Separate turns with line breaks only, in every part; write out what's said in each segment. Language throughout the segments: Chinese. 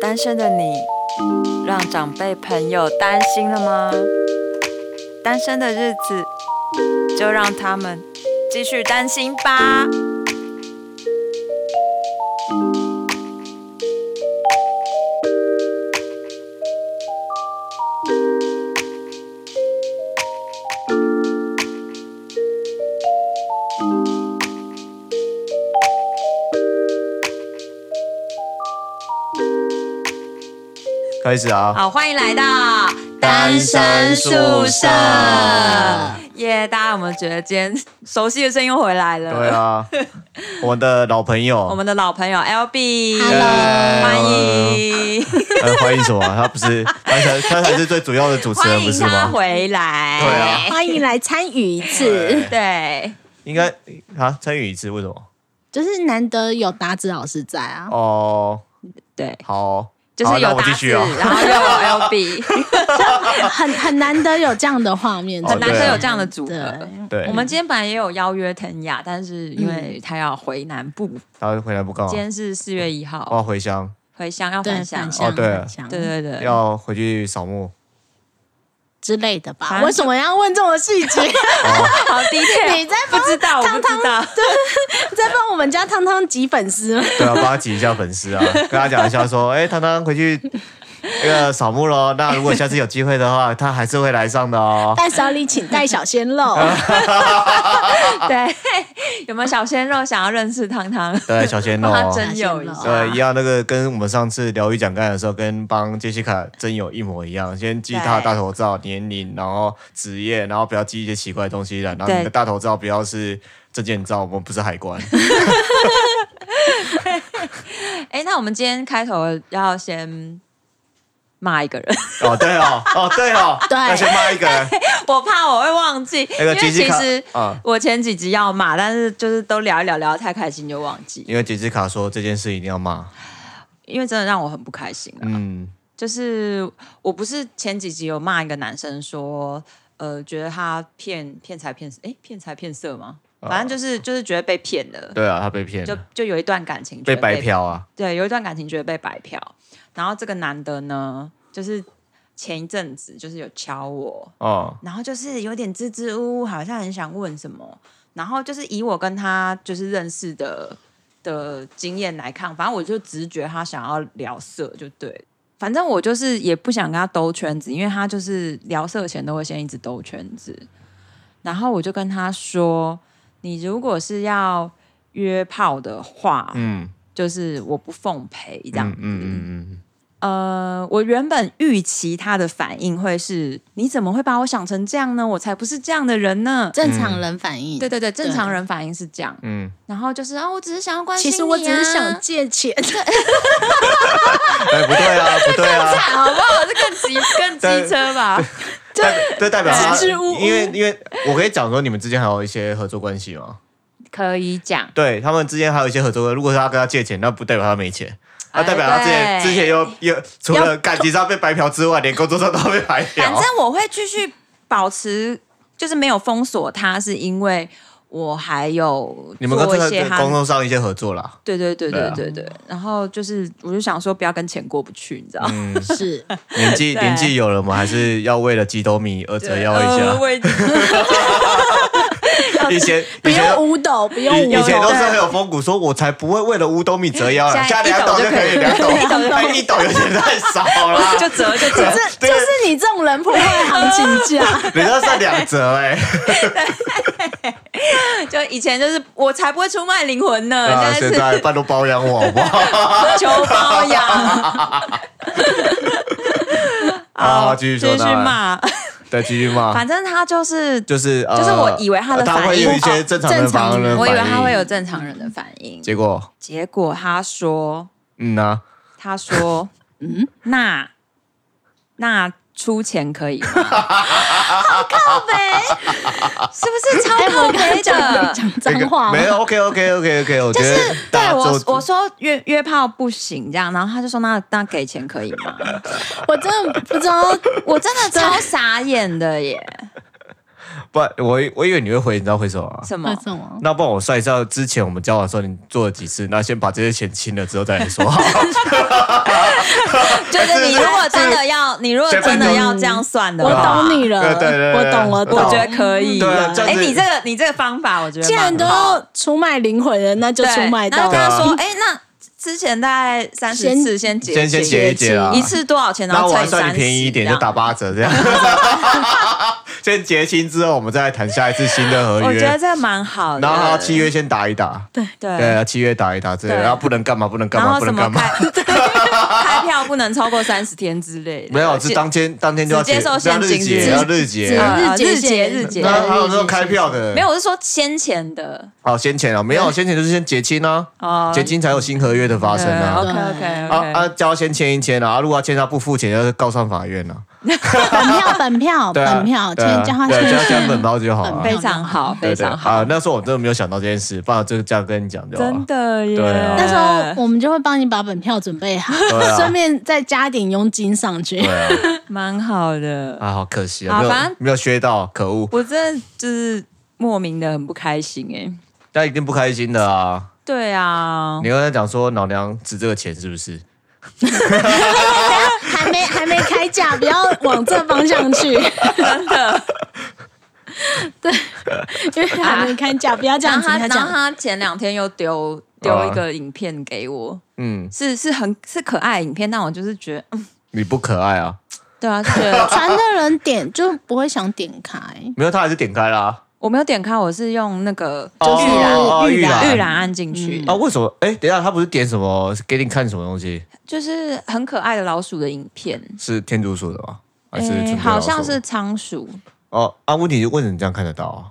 单身的你，让长辈朋友担心了吗？单身的日子，就让他们继续担心吧。
开始啊！
好，欢迎来到耶！大家有没有觉得今天熟悉的声音又回来了？
对，啊，我们的老朋友，
我们的老朋友 L B，
耶
Hello
欢迎
呃欢迎什么？他不是，他才他才是最主要的主持人，
欢
不
迎
是
他
吗？
回来。
对啊
欢迎来参与一次，
对，
应该啊，参与一次，为什么？
就是难得有达子老师在啊。
哦，
对，
好哦，
就是
好那
有
我们
达
继
子，
续啊。
然 后又有 L B，
很很难得有这样的画面，
哦
很难
对
得
啊
有这样的组
对
合。
对
我，们今天本来也有邀约腾雅，但是因为她要回南部，
他回来不告，
今
我
天是四月一号、
要回乡，
回乡要
对
返乡
反，
哦
向
对
反向
对对对，
要回去扫墓。
之类的
反
吧？
正
为什么要问这么 细节？
哦
好低调，
你在
不知道，我不
帮
知道，
在帮我们家汤汤挤粉丝吗？
对啊，帮他挤一下粉丝 啊，跟他讲一下说，哎，糖糖回去那个扫墓喽。那如果下次有机会的话，他还是会来上的哦。
带小李，请带小鲜肉。
啊
对，有没有小鲜肉想要认识汤汤？
对，小鲜肉
帮他
哦。
征友一
小
下
对，一，样，那个跟我们上次疗愈讲干的时候，跟帮杰西卡真友一模一样。先记他的
对
大头照、年龄，然后职业，然后不要记一些奇怪的东西了。然后
对
你的大头照不要是证件照，我们不是海关。
哎，那我们今天开头要先骂一个人，
哦，对 哦，哦对哦，
对
要先骂一个人，
我怕我会忘记，
那
因
个
为
杰西
其
卡
实
啊。
我前几集要骂，但是就是都聊一聊，聊得太开心就忘记，
因为杰西卡说这件事一定要骂，
因为真的让我很不开心啊。
嗯，
就是我不是前几集有骂一个男生说，呃，觉得他骗骗财骗色，哎，骗财骗色吗？反正就是就是觉得被骗了，
哦对啊，他被骗
就
了，
就有一段感情觉
被
得
白嫖啊，
对，有一段感情觉得被白嫖。然后这个男的呢，就是前一阵子就是有敲我，
哦，
然后就是有点支支吾吾，好像很想问什么。然后就是以我跟他就是认识的的经验来看，反正我就直觉他想要聊色就对。反正我就是也不想跟他兜圈子，因为他就是聊色前都会先一直兜圈子。然后我就跟他说：“你如果是要约炮的话，
嗯，
就是我不奉陪这样
嗯
子。
嗯嗯嗯
呃，我原本预期他的反应会是：你怎么会把我想成这样呢？我才不是这样的人呢。
正常人反
嗯
应
对，对对，正常人反应是这样。
嗯，
然后就是啊，我只是想要关心
其
你、啊。
实我只是想借钱，
哎，不对 啊，不对啊，
好不好？这更 机更机车吧？
代这代表他
支支吾吾
因为因为我可以讲说你们之间还有一些合作关系嘛，
可以讲。
对他们之间还有一些合作关系。如果是他跟他借钱，那不代表他没钱，那
哎
代表他之前
对
之前又又除了感情上被白嫖之外，连工作上都被白
反
嫖
正。我会继续保持，就是没有封锁他，是因为我还有
你们跟
做一
这
些
个
他
工作上一些合 作啦，
对对对
对
对
啊
对对。然后就是，我就想说不要跟钱过不去，你知道吗？
嗯，
是
年纪
对
年纪有了，我们还是要为了几斗米而折腰一
呃
下。
我已 经
以前
不
以前
用五斗，不用
以
五
以前
斗
都是很有风骨，说我才不会为了五斗米折腰了，
现
加
在
两斗就可以两斗，
一斗就可以，
哎一斗有点太少了
就折就折。
这就是你这种人破坏行情价。
人家算两 折哎。
就以前就是我才不会出卖灵魂呢，
啊，
现
现
在
在
是
半路包养我好不好？
求包养。
好 继续说
继续
当然
骂。
对，继续骂，
反正他就是，
就是呃
就是我以为他的
他
反
会
应哦
有一些正常的
正常
反应，
我以为他会有，正常人的反应，
结果
结果他说，
嗯呐，
他 说，嗯，那那出钱可以吗？ 好靠北，是不是超
哎，
靠
我刚
北的
讲？讲脏话吗
没有，OK OK OK OK，我觉得
对
大家
我
做
我说约约炮不行这样，然后他就说那那给钱可以吗？
我真的不知道，
我真的超傻眼的耶！
不然我我以为你会回，你知道回什么吗？
什 么
为？什么？
那帮我算一下，之前我们交往的时候你做了几次？那先把这些钱清了之后再来说。 哎
就是你如果真的要，你如果真的要这样算的
我
话，
懂你了，
啊对对对
我
对
懂，我懂，嗯
我觉得可以。
对啊这
哎，
样子
你这个你这个方法，我觉得
既然
蛮
都
好
要出卖灵魂了，那就
对，
出卖
然
到
后跟他
对啊
说，哎，那之前大概三十
先
次先结
先先
清
结一结啊，
一次多少钱，然
那
后
我
乘
还
以
算
三
你便宜一点，就打。八折这样。 先结清之后，我们再来谈下一次新的合
我觉得
约。
这个蛮好的。
然后还要契约先打一打，对，
对，
要契约打一打之类的，
对
然后不能干嘛，不能干
然
嘛，
后
不
什
能
么
干嘛
开。 开票不能超过三十天之类的。
没有，是当天当天就要
只接
结
受
要
现
日
金
结，
只
要日
只
结。
啊
嗯日结
日结
线
日结
那还有那种开票的，
没有，我是说先前的
好先前啊，没有先前就是先结清啊，
哦，
结清才有新合约的发生啊。
OK OK
啊
OK，
啊，交先签一签啊，啊如果要签他不付钱，就是告上法院了。
本票 本票
对啊，
哦本票，
对啊
先叫他
对啊
先
加加本包就好
本
啊
票。
非常好，
对
非
对
常好，
啊，那时候我真的没有想到这件事，不然我就这样跟你讲就好啊了
真。的耶。
对啊
那时候我们就会帮你把本票准备好
对，啊
顺便再加一点佣金上去
对。啊，
蛮好的，
啊，好可惜
好
啊，没有
反正
没有学到，可恶。
我真的就是莫名的很不开心哎。
那一定不开心的啊！
对啊，
你刚才讲说老娘值这个钱是不是？啊
还没还没开价，不要往这方向 去。
真 的。
因为还没开价，不要这
然
样
后
子
他，
他
然后
讲。
他前两天又丢
啊
丢一个影片给我，
嗯，
是是很是可爱的影片，但我就是觉得，嗯，
你不可爱啊，
对啊，就觉得
传的人点就不会想点开，
没有他还是点开啦。
我没有点开，我是用那个
就是
预览
哦哦
预
预览
览预览按进去，
啊，为什么？哎，等一下，他不是点什么给你看什么东西？
就是很可爱的老鼠的影片，
是天竺鼠的吗？还是
诶
准备
好
老鼠
像是仓鼠，
哦。啊，问题是为什么这样看得到啊？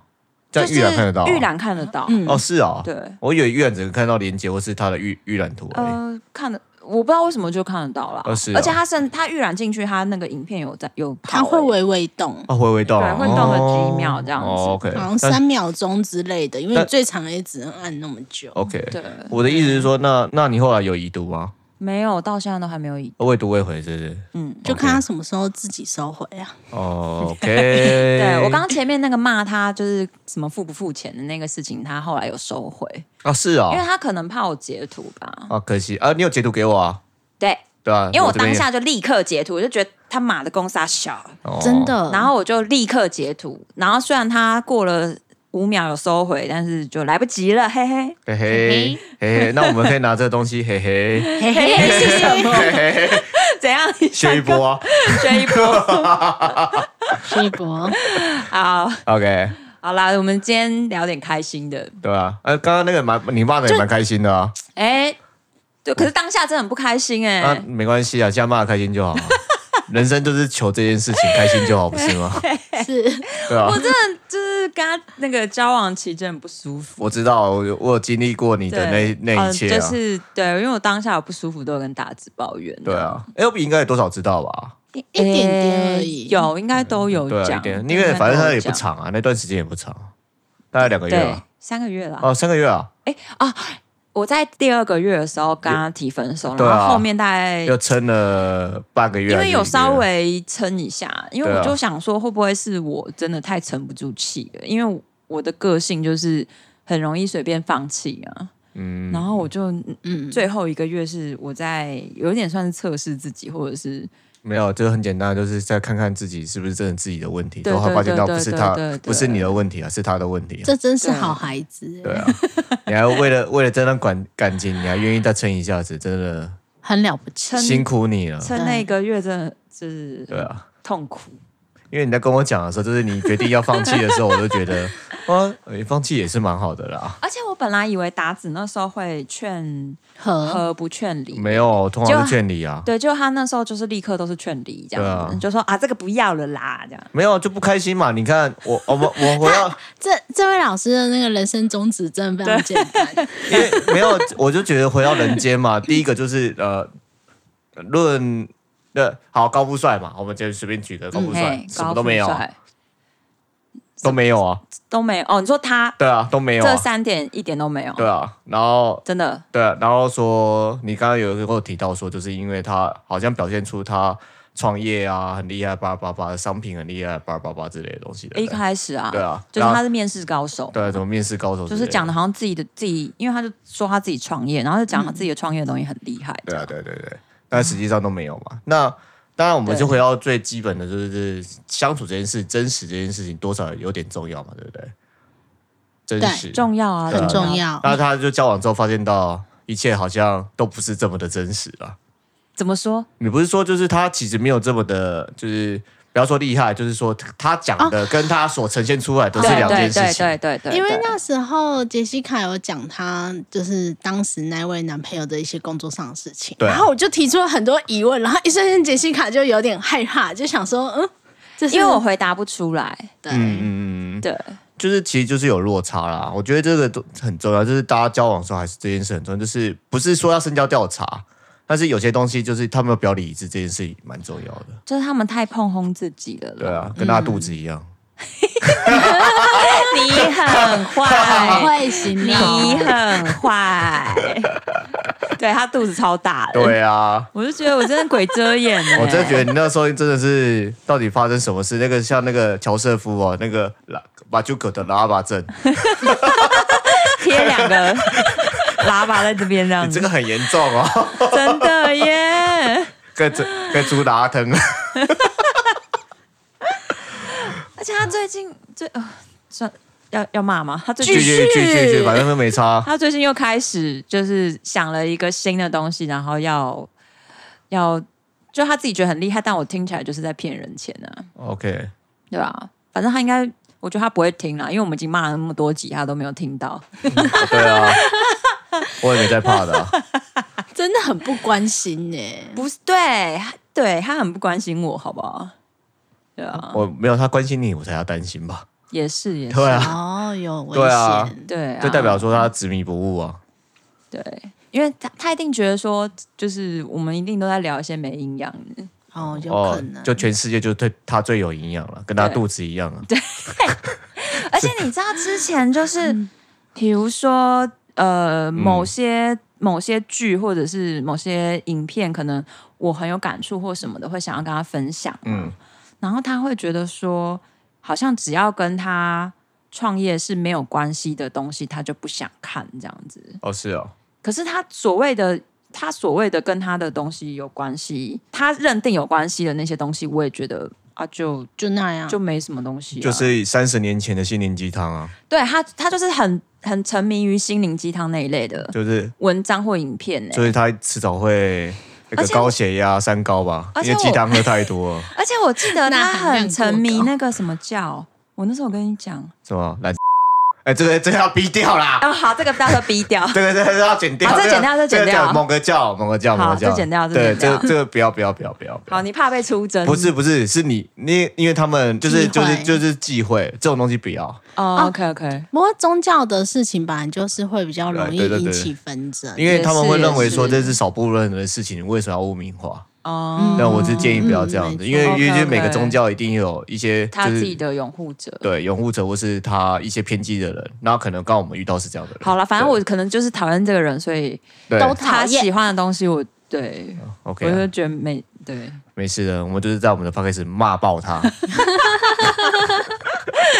这
就
样
是
预览看得到啊？
预览看得到，
哦，是啊。
对，
我以为预览只能看到连接或是它的预预览图而已。
呃，看的。我不知道为什么就看得到啦。
哦是啊
而且它甚它预览进去，它那个影片有在有跑、欸
他会
诶
微微动，
哦，会会动啊，
对会动了
哦
几秒这样子
哦 OK，
好像
但
三秒钟之类的，因为
但哦
最长也只能按那么久。
OK。
对，
我的意思是说，那那你后来有已读吗？
没有，到现在都还没有移。
未读未回，是不是？
嗯，
就看他什么时候自己收回啊。
哦 OK。
对
对
我刚刚前面那个骂他就是什么付不付钱的那个事情，他后来有收回，
啊是
因为
啊
他可能怕我截图吧。
啊，可惜啊，你有截图给我啊？
对，
对啊，
因为我
这
当
边也
下就立刻截图，我就觉得他妈的公司小，
哦
真的。
然后我就立刻截图，然后虽然他过了五秒有收回，但是就来不及了，嘿嘿。
嘿嘿嘿嘿，那我们可以拿这个东西嘿嘿
嘿 嘿嘿是什么？
嘿嘿嘿
怎样？你
学一波啊
学一 波。
一 博，
好，
OK，
好啦，我们今天聊点开心的。
对啊，呃，刚刚那个蛮你骂的也蛮开心的啊，
哎、对，可是当下真的很不开心哎、
那没关系嗯啊，现在骂的开心就好啊。人生就是求这件事情开心就好，不是吗？
是
对啊
我，真的就是跟他那个交往期间很不舒服。
我知道，我有我有经历过你的那
对
那一
嗯
切啊
就，是对，因为我当下有不舒服，都有跟大子抱怨。
对，啊，L B 应该有多少知道吧？
一一点点而已。
诶哎有应该都有
对啊，
讲
一，点，
应
因为
该
反正
都有
它也不
讲，
长啊，那段时间也不长，大概两个月
对
吧，，
三个月了。
哦，三个月啊，
我在第二个月的时候跟他提分手，
对啊
然后后面大概
又撑了半个月
因
还是一个月，
为
啊
有稍微撑一下，因为
对啊
我就想说，会不会是我真的太沉不住气了？因为我的个性就是很容易随便放弃啊。嗯，然后我就嗯，
啊
最后一个月是我在有点算是测试自己，或者是
没有，就很简单，就是再看看自己是不是真的自己的问题，
对
然后
对
发现到
对
不是
对
他
对对，对
不是你的问题啊，是他的问题啊。
这真是好孩子，
对啊，你还为了为了这段感感情，你还愿意再撑一下子，真的
很了不起。
撑
辛苦你了。
撑那一个月，真的就是
对啊，
痛苦。
因为你在跟我讲的时候，就是你决定要放弃的时候，我就觉得 啊，诶放弃也是蛮好的啦。
而且我本来以为达子那时候会劝
和
和不劝离，
没有，通常是劝离啊，
对，就他那时候就是立刻都是劝离这样子，
对啊
就说啊这个不要了啦这样。
没有就不开心嘛。你看我，我们我回到，
这这位老师的那个人生宗旨真的非 常简单，
因为没有，我就觉得回到人 间嘛。第一个就是呃，论呃好高富帅嘛，我们就随便举个高富帅
嗯嘿，
什么都没有
高
啊
富，帅
都没有啊，
都没有哦。你说他
对啊，都没有
这
啊，
三点一点都没有，
对啊，然后
真的
对啊，然后说你刚刚有跟我提到说，就是因为他好像表现出他创业啊，很厉害，叭叭叭，商品很厉害，叭叭叭之类的东西的。
一
对不对
开始啊，
对啊
就是他是面试高手，
对，啊什么面试高手之
就
类的，
是讲的好像自己的自己，因为他就说他自己创业，然后就讲他自己的创业的东西很厉害。
对啊，对对对，但实际上都没有嘛。那当然，我们
对
就回到最基本的，就是相处这件事，真实这件事情多少有点重要嘛，对不对？真
对
实
重要啊，
对啊
很重。要。
那他就交往之后发现到一切好像都不是这么的真实了。
怎么说？
你不是说就是他其实没有这么的，就是不要说厉害，就是说他讲的跟他所呈现出来的是
啊对
两件
对
事
对
情。
对对对，
因为
对
那时候杰西卡有讲她就是当时那位男朋友的一些工作上的事情，
对
然后我就提出了很多疑问，然后一瞬间杰西卡就有点害怕，就想说，嗯，这是
因为我回答不出来，
对、
嗯嗯嗯嗯，
对，
就是其实就是有落差啦。我觉得这个都很重要，就是大家交往的时候还是这件事很重要，就是不是说要深交调查，但是有些东西就是他们有表里一致，这件事情蛮重要的。
就是他们太碰轰自己了
对
啦。
啊，跟他肚子一样。
你很
好
坏，
会形
你
容，
很坏，对他肚子超大的。
对啊，
我就觉得我真的鬼遮眼欸
我真的觉得你那时候真的是，到底发生什么事？那个像那个乔瑟夫哦，那个拉马丘可的拉巴症，
贴两个喇叭在这边这样
你这
子，
个很严重哦，
真的耶！
跟猪跟猪打啊疼。
而且他最近最呃，算要要骂吗？他最
去
近
去去去去，反正都没差。
他最近又开始就是想了一个新的东西，然后要要就他自己觉得很厉害，但我听起来就是在骗人钱啊，
OK，
对吧？反正他应该。我觉得他不会听啦，因为我们已经骂了那么多集，他都没有听到。
对啊，我也没在怕的啊、
真的很不关心呢、
不是，对，他对他很不关心我，好不好？对啊，
我没有他关心你，我才要担心吧？
也是，也是，
对啊，
哦，有危
对啊
险，
对啊，
这代表说他执迷不悟啊。
对，因为他他一定觉得说，就是我们一定都在聊一些没营养的，
哦，有
哦
可能，，
就全世界就对他最有营养了，跟他
对
肚子一样啊。
而且你知道之前就是，比如说呃某些、某些剧或者是某些影片，可能我很有感触或什么的，会想要跟他分享，
嗯，
然后他会觉得说，好像只要跟他创业是没有关系的东西，他就不想看这样子。
哦是 哦，
可是他所谓的他所谓的跟他的东西有关系，他认定有关系的那些东西，我也觉得啊，就
就那样，
就没什么东西啊、
就是三十年前的心灵鸡汤啊，
对他，他就是很很沉迷于心灵鸡汤那一类的
就是
文章或影片欸呢、
所以他迟早会那
而
个
且我
高血压、三高吧，
而
因
且
为鸡
我
汤喝太多 了，
而且我记得
那
他
含量
很沉迷
过高
那个什么叫，我那时候我跟你讲，
是吗？懒， 哎，这个这个要逼掉 啦，
啊，好，这个到时候逼 掉。
这个这个要剪掉，
啊好这剪掉
个
这剪
个
掉
叫某个叫某个叫
好
某个叫，
这剪掉这
对，
剪掉
这个这个不要不要不要不要，不要
好，你怕被出征？哦
不是不是是你你因为他们就是
忌
就
讳
是就是忌讳这种东西不要，
哦
啊
，OK OK，
不过宗教的事情本来就是会比较容易
哎对对对
引
对
起纷争，
因为他们
也
会
是
认为说
也是
这是少部分人的事情，你为什么要污名化？
哦，
那我是建议不要这样
嗯
子，
没
因为
错
因为就是
OK，OK
每个宗教一定有一些就
他自己
是
的拥护者。
对拥护者或是他一些偏激的人，那可能刚好我们遇到是这样的人。
好了，反正我可能就是讨厌这个人，所以
对
都讨
他
厌
喜欢的东西我，对
OK
我
啊
就觉得没对。
没事的，我们就是在我们的 p o d c a s 骂爆他， 这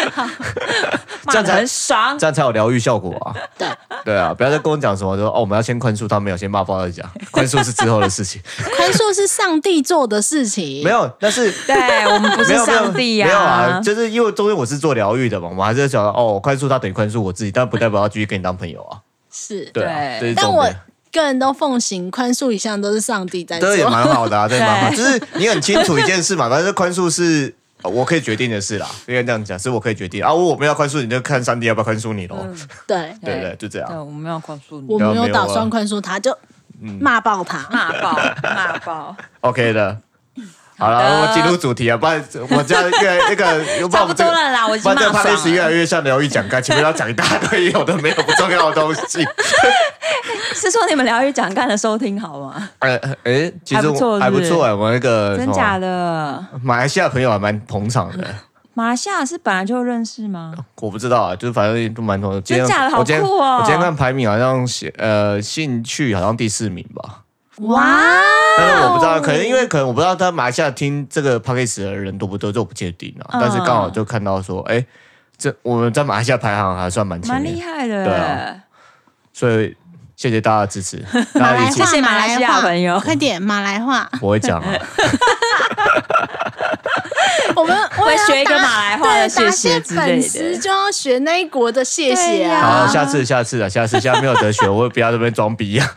骂
样
的
才
很爽。
这样才有疗愈效果啊。
对，
对啊，不要再跟我讲什么说哦，我们要先宽恕他，没有先骂爆再讲，宽恕是之后的事 情。
宽恕是上帝做的事情，
没有，但是
对我们不
没
是
有没有
上帝呀、
没有啊，就是因为中间我是做疗愈的嘛，我们还是想到哦，宽恕他等于宽恕我自己，但不代表要继续跟你当朋友啊。
是，
对啊，
对
这是
但
重
我
点。
个人都奉行宽恕一向都是上帝在做
这，也蛮好的啊，这也蛮好，
对
就是你很清楚一件事嘛， 反正宽恕是呃我可以决定的事啦，应该这样讲，是我可以决定啊，我没有宽恕你就看上帝要不要宽恕你喽，
对，
对不对？就这
嗯对，
样，
我们要宽恕
我
你，
没有打
没有啊嗯
算宽恕他，就骂爆他。
骂爆，骂爆，
OK 的。好
好的
了，我进入主题啊，不然我这样越来那个，不
差
然
不
我们这
多
个，
了啦，我已
不
经
然这
骂
个 p o d
爽
c 越来
了。
越像疗愈讲干，前面要讲一大堆有的没有不重要的东西。
是说你们疗愈讲干的收听好吗？
哎哎，其
还
实
不错
我还不
是不
错
是
哎，我那个什
真
么
假的？
马来西亚朋友还蛮捧场 的，
马来西亚是本来就认识吗？
我不知道啊，就是反正都蛮多的。今天
真假的好
我今天
酷哦
我今天看排名好像写呃兴趣好像第四名吧，
哇，
哦
但是我不知道，可能因为可能我不知道他马来西亚听这个 p a c k a g e 的人多不多，这我不确定啊。
嗯
但是刚好就看到说，哎、这我们在马来西亚排行还算蛮前
蛮厉
面，
害的
对
耶
啊。谢谢谢谢大家的支持，
马
大家
来
一起
谢，谢
话，
马来西亚
话
朋友
快点马来话，
我会 讲啊，
我们
会学一个
打
马来话的谢
对打
谢
谢
之类
粉
的
丝就要学那一国的谢谢
对呀
啊。
好，下次下次啊，下次下次没有得学，我也不要这边装逼啊，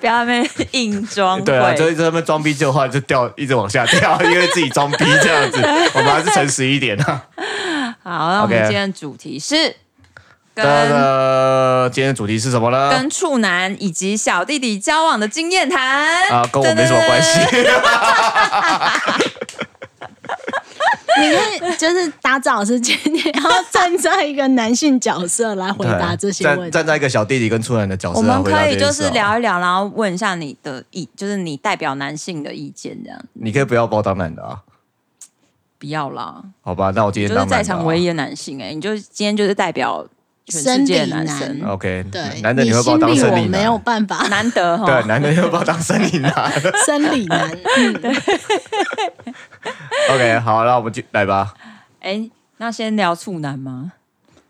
不要在那边硬 装
对啊，
会
就是这边装逼就话就掉，一直往下掉， 因为自己装逼 这样子，我们还是诚实一点啊。
好，那我们
OK
今天的主题是跟
那今天的主题是什么呢？
跟处男以及小弟弟交往的经验谈
啊，跟我没什么关 系。
噔噔噔
你可以就是打老师今天要站在一个男性角色来回答这些问
啊站
题。
站在一个小弟弟跟处男的角
我
色来
们
回答
可以
这件
就
事
是
哦。
聊一聊，然后问一下你的意，就是你代表男性的意见，这样
你可以不要把我当男的啊，
不要啦，
好吧？那我今
就
天
是
当
在
男的
场
啊。
唯一的男性、哎，你就今天就是代表全世界的男
生理
生，
男
OK，
对，
男的你会把我当
心
生
里
理
我
男，
没 有办法，
难得哈。
对，男的你会把我当生理男。
生理 男。嗯
OK，好，那我们就来吧。
哎、那先聊处男吗？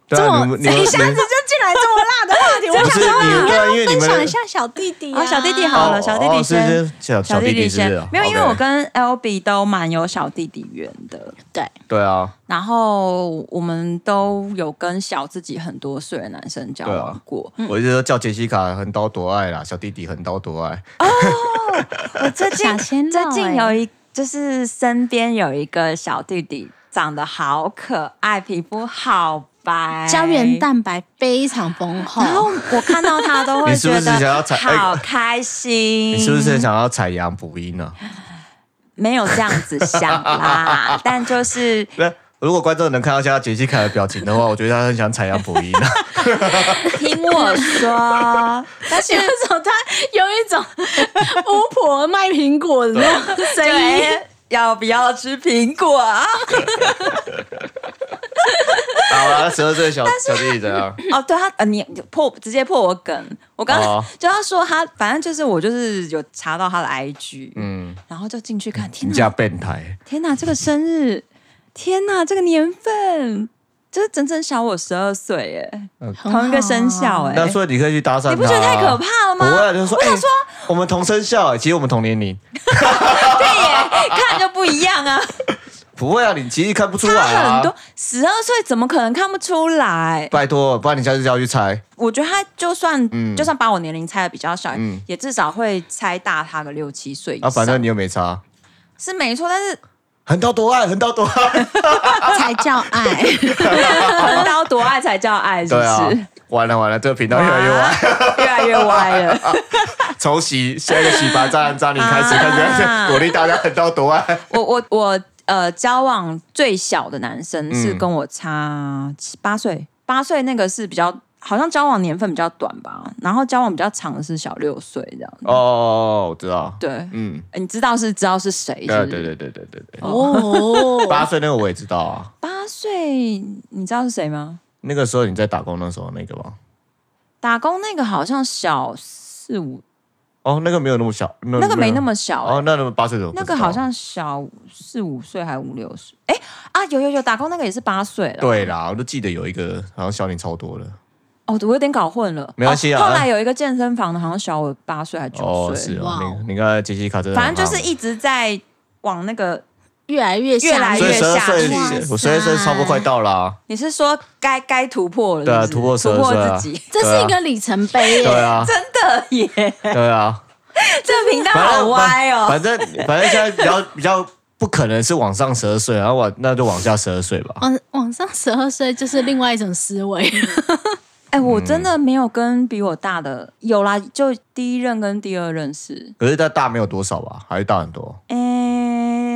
对
这
啊，
么
你们你们
一下子
你
就
们
进来这么辣的话题，我
不
想
是
说
你们对啊，因为你
分享一
们
下小弟弟啊，
哦小弟弟
哦
好了小弟弟
哦是
先
是小小弟
弟
弟是不
先
是，
没有，因为
OK
我跟 L B 都蛮有小弟弟缘的，
对，
对啊，
然后我们都有跟小自己很多岁的男生交
对
往
啊
过。
我一直都叫杰西卡横刀夺爱啦，小弟弟横刀夺爱。
我最
小鲜肉
最近
欸
有一，就是身边有一个小弟弟，长得好可爱，皮肤好白，
胶原。蛋白非常丰厚，
然后我看到他都会
你是
觉
不是想
得
要踩哎
好开心，
你是不是很想要采阳补阴啊呢？
嗯没有这样子想啦？ 但就是
那如果观众能看到现在杰西卡的表情的 话，我觉得他很想采阳补阴啊。
听我说，但是
有一种他有一种巫婆卖苹果的那种声音。
对，要不要吃苹果啊？
好啊，十二岁的小小弟弟怎 样？
哦，对他，呃，你你破直接破我梗，我刚、
哦
就要说他，反正就是我就是有查到他的 IG，
嗯，
然后就进去看，天
你
哪
家，变态，
天哪，这个生日，天哪，这个年份，就是整整小我十二岁，哎，
很好啊
同一个生肖，哎，
那所以你可以去搭讪他啊，
你不觉得太可怕了
不会啊，
吗？
就是说，我想说，我们同生肖，其实我们同年龄，哎
对耶，看就不一样 啊，
不会啊，你其实看不出来
差很
啊
多。，十二岁怎么可能看不出来？
拜托，不然你下次就要去猜。
我觉得他就算、
嗯
就算把我年龄猜的比较小，
嗯
也至少会猜大他个六七岁以上。
啊，反正你又没差，
是没错，但是
横刀夺爱，横刀夺爱。
才叫爱。
横刀夺爱才叫爱，是不
对啊
是？，
完了完了，这个频啊道越来越歪，
哇 越来越歪了。
从洗下一个洗白渣男渣女开始，
啊
开始开始鼓励大家横刀夺爱。
我我我呃，交往最小的男生
嗯
是跟我差七八岁，八岁那个是比较好像交往年份比较短吧，然后交往比较长的是小六岁这样。
哦，我知道，
对，
嗯，
你知道是知道是谁？是
对
不
呃对
是
对对对对对，
哦，
八岁那个我也知道啊，
八岁，你知道是谁吗？
那个时候你在打工那时候那个吗？
打工那个好像小四五，
哦，那个没有那么小，那
那个没那
么
么小、欸
哦，那那么八岁怎么不
那
知道？
个好像小四五岁还五六岁。哎、啊，有有有，打工那个也是八岁了。
对啦，我就记得有一个好像小你超多了。
哦，我有点搞混了。
没关系啊
哦后来有一个健身房的，好像小我八岁还九
哦，
岁、
是哦
哇，哦
你你看杰西卡真的
反
很夯，
正就是一直在往那个。
越来越
越来
所以
越
十二
下去
岁
哇，
我十二岁差不多快到啊啦、
你是说该该突破了是
对啊
不是
突破
突
12岁啊
破自己，
这是一个里程碑
对
耶。
啊，
真的 耶！
对啊，
这个频道
反
好
正
歪哦。
反正反正现在比较比较不可能是往上十二岁，然后往那就往下十二岁
哦
吧。
往往上十二岁就是另外一种思 维，
哎、
嗯
我真的没有跟比我大的，有啦，就第一任跟第二任是，
可是他大没有多少啊吧，还是大很多。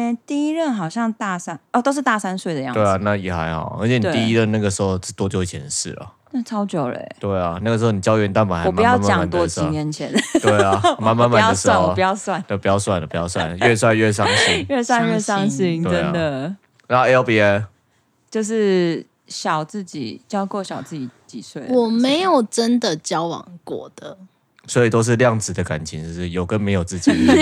哎、第一任好像大三，哦，都是大三岁的样子，
对啊，那也还好，而且你
对
第一任那个时候是多久以前的事了？
那超久了、欸。
对啊，那个时候你胶原蛋白还
我
蛮
不要
慢慢
讲
慢
多
的时
几
候，
年前，
对啊，慢慢
不
慢
要
的时
算，
候
我不，要算，。
对，不要算了，不要算了，越算越伤心
越算越伤心，
伤心啊
真的。
然后 L B N
就是小自己教过小自己几岁？
我没有真的交往过的，
所以都是量子的感情，就是有跟没有之间。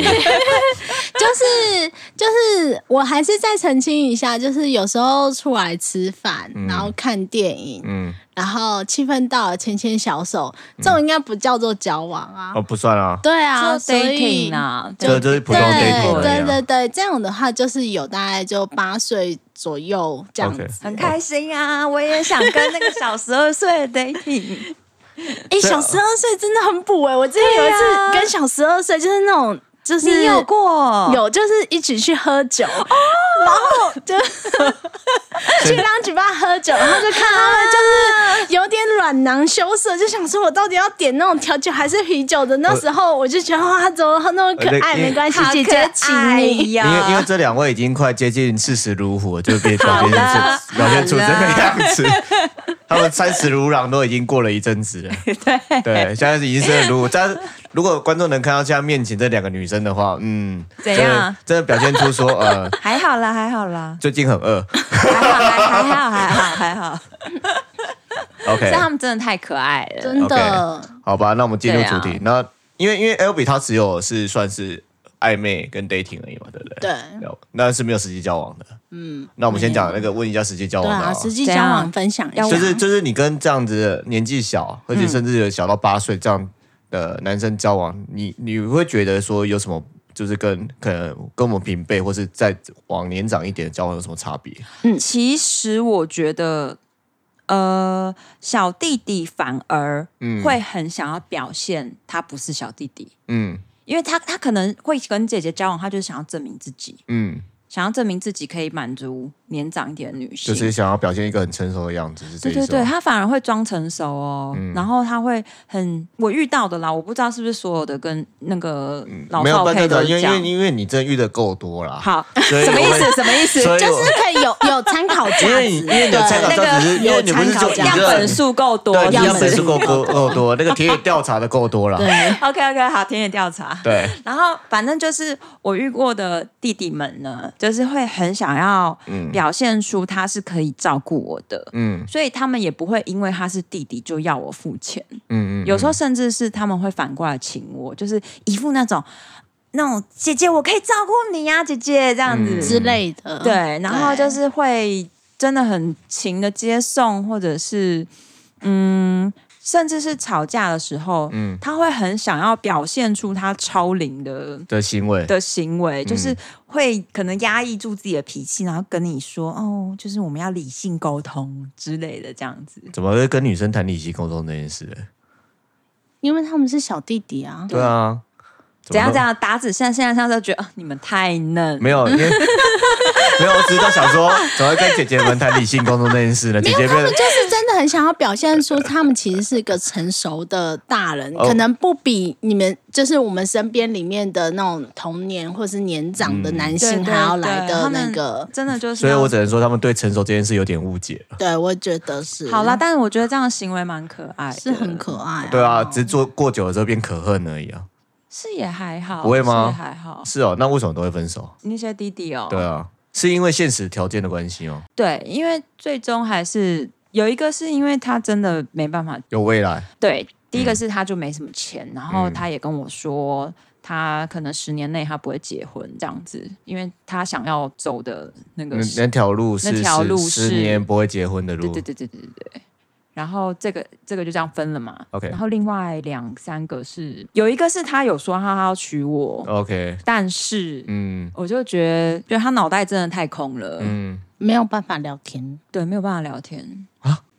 就是就是，我还是再澄清一下，就是有时候出来吃饭，然后看电影，
嗯，
然后气氛到了牵牵小手，这种应该不叫做交往啊。
哦，不算啊，
对啊，
就
所以
dating 啊，
这这是普
对
通 dating 而已
对
啊
对对，这样的话就是有大概就八岁左右这样子
OK。
很开心啊！ 我也想跟那个小十二岁的 dating，
所
哎、
以
小十二岁真的很补哎、我之前有一
对啊
次跟小十二岁，就是那种就是
你有过？
有就是一起去喝酒，
哦
然后 就去浪举吧喝酒，然后就看他们就是有点软囊羞涩，就想说我到底要点那种调酒还是啤酒的？那时候我就觉得哇，他怎么那么可
呃
爱？
那
没关系
好，
姐
可
姐请
爱
你。
因为因为
呀！
这两位已经快接近四十如虎了，就别表
好
现
的
出表现出这
好
个
的
样子。 他们三十如狼都已经过了一阵子了， 对现在已经三十如虎。但是如果观众能看到现在面前这两个女生的话，嗯，
怎样
真的真的表现出说呃，
还好啦，还好啦，
最近很饿。
还好，还好，还好，还好。
OK，
但他们真的太可爱了，
真的
好吧，那我们进入
对
主
啊
题。那因为因为 L B 他只有是算是暧昧跟 dating 而已嘛，对不对？
对
对，那是没有实际交往的。嗯，那我们先讲那个问一下实际交
对
往的、
啊，
啊，
实际
怎
交
样
往分享一下，
啊
就是就是你跟这样子的年纪小，而
嗯
且甚至有小到八岁这样的男生交往，你你会觉得说有什么？就是跟可能跟我们平辈，或是再往年长一点的交往有什么差别？
其实我觉得，呃，小弟弟反而会很想要表现他不是小弟弟，
嗯
因为他他可能会跟姐姐交往，他就是想要证明自己，
嗯，
想要证明自己可以满足年长一点的女性，
就是想要表现一个很成熟的样子，是这嗯
对
意思
对
吗？
对，他反而会装成熟哦，然后他会很我遇到的啦，我不知道是不是所有的跟那个老
嗯没有
少
办
配
法，
都
因
这
为因为
样。
因为你真的遇的够多啦。
好，
所以
什么意
我会
思？什么意思？
所以
就
我
是可以有有参考价值，
因为你因为你有
对
参考
那
价值是，
个
因为你不是
有
就
参考
你
价
样
值
这
本数够多，
对，你
样
样本
本
数
数
够够够多，那个田野调查的够 多了。
对
OK OK，好，田野调查。
对，
然后反正就是我遇过的弟弟们呢，就是会很想要表现出他是可以照顾我的，
嗯
所以他们也不会因为他是弟弟就要我付钱。
嗯嗯，
有时候甚至是他们会反过来请我，就是一副那种那种姐姐，我可以照顾你呀、啊姐姐这样子、
嗯
之类的，
对，然后
对
就是会真的很勤的接送，或者是嗯，甚至是吵架的时候，
嗯
他会很想要表现出他超龄的
的行为，
的行为，
嗯
就是会可能压抑住自己的脾气，然后跟你说哦，就是我们要理性沟通之类的这样子。
怎么会跟女生谈理性沟通这件事？
因为他们是小弟弟啊，
对啊，
怎样
么
怎样打指，现在现在上就觉得、啊你们太嫩，
没有，因为 没有，我只是在想说，怎么会跟姐姐们谈理性沟通这件事呢？姐姐
他们
们
就是真的很想要表现出他们其实是一个成熟的大人，
哦
可能不比你们就是我们身边里面的那种童年或是年长的男
对
性
对
还要来
对
的
他
那
们
个，
真的就是
所
要。
以我只能说他们对成熟这件事有点误解。
嗯对我觉得是
好啦，，但是我觉得这样的行为蛮可爱的，
是很可爱、啊，
对
哦
啊，只是做过久了之后变可恨而已啊。
是也还好，
不会吗
是也还好，
是哦，那为什么都会分手？
那些弟弟哦，
对啊，是因为现实条件的关系哦，
对因为最终还是有一个是因为他真的没办法，
有未来。
对，第
嗯
一个是他就没什么钱，然后他也跟我说。他可能十年内他不会结婚这样子，因为他想要走的那个
那
是
那条路是
那条路
十
是
十年不会结婚的
对
路
对。对对对对对。然后这个这个就这样分了嘛。
OK
然后另外两三个是有一个是他有说他要娶我，
OK，
但是
哦嗯
我就觉得觉得他脑袋真的太空了，
嗯，
没有办法聊天。
对，没有办法聊天，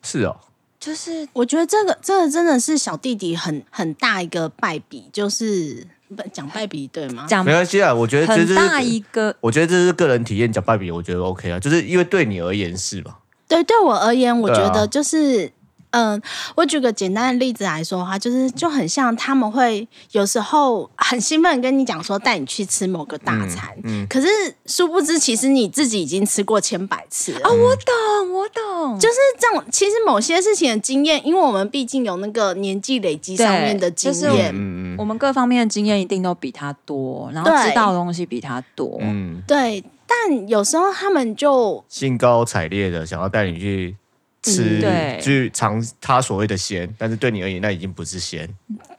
是哦，
就是
我觉得这个这个真的是小弟弟很很大一个败笔，就是不讲败笔对吗？
讲
没关系啊，我觉得这
嗯很
就
大
是
一个
我觉得这是个人体验，讲败笔，我觉得 OK 啊，就是因为对你而言是吧？
对，对我而言，我
对啊
觉得就是，嗯、我举个简单的例子来说的话，就是就很像他们会有时候很兴奋地跟你讲说带你去吃某个大餐，
嗯
可是殊不知其实你自己已经吃过千百次了。
啊，
哦
我懂，
嗯
我懂，
就是这种，其实某些事情的经验，因为我们毕竟有那个年纪累积上面的经
对
验，
嗯嗯
我们各方面的经验一定都比他多，然后
对
知道的东西比他多，
嗯，
对。但有时候他们就
兴高采烈的想要带你去吃
嗯，对
去尝他所谓的鲜，但是对你而言那已经不是鲜，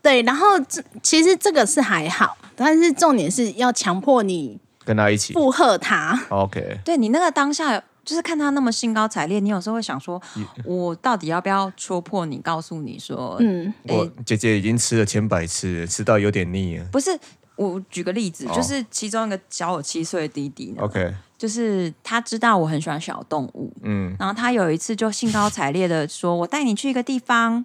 对，然后这其实这个是还好，但是重点是要强迫你
跟他一起。
附和他。
OK，
对你那个当下，就是看他那么兴高采烈，你有时候会想说，
嗯
我到底要不要戳破你，告诉你说，
嗯，
我姐姐已经吃了千百次了，吃到有点腻了。
不是。我举个例子，
哦
就是其中一个小我七岁的弟弟呢
OK，
就是他知道我很喜欢小动物，
嗯，
然后他有一次就兴高采烈的说：“我带你去一个地方。”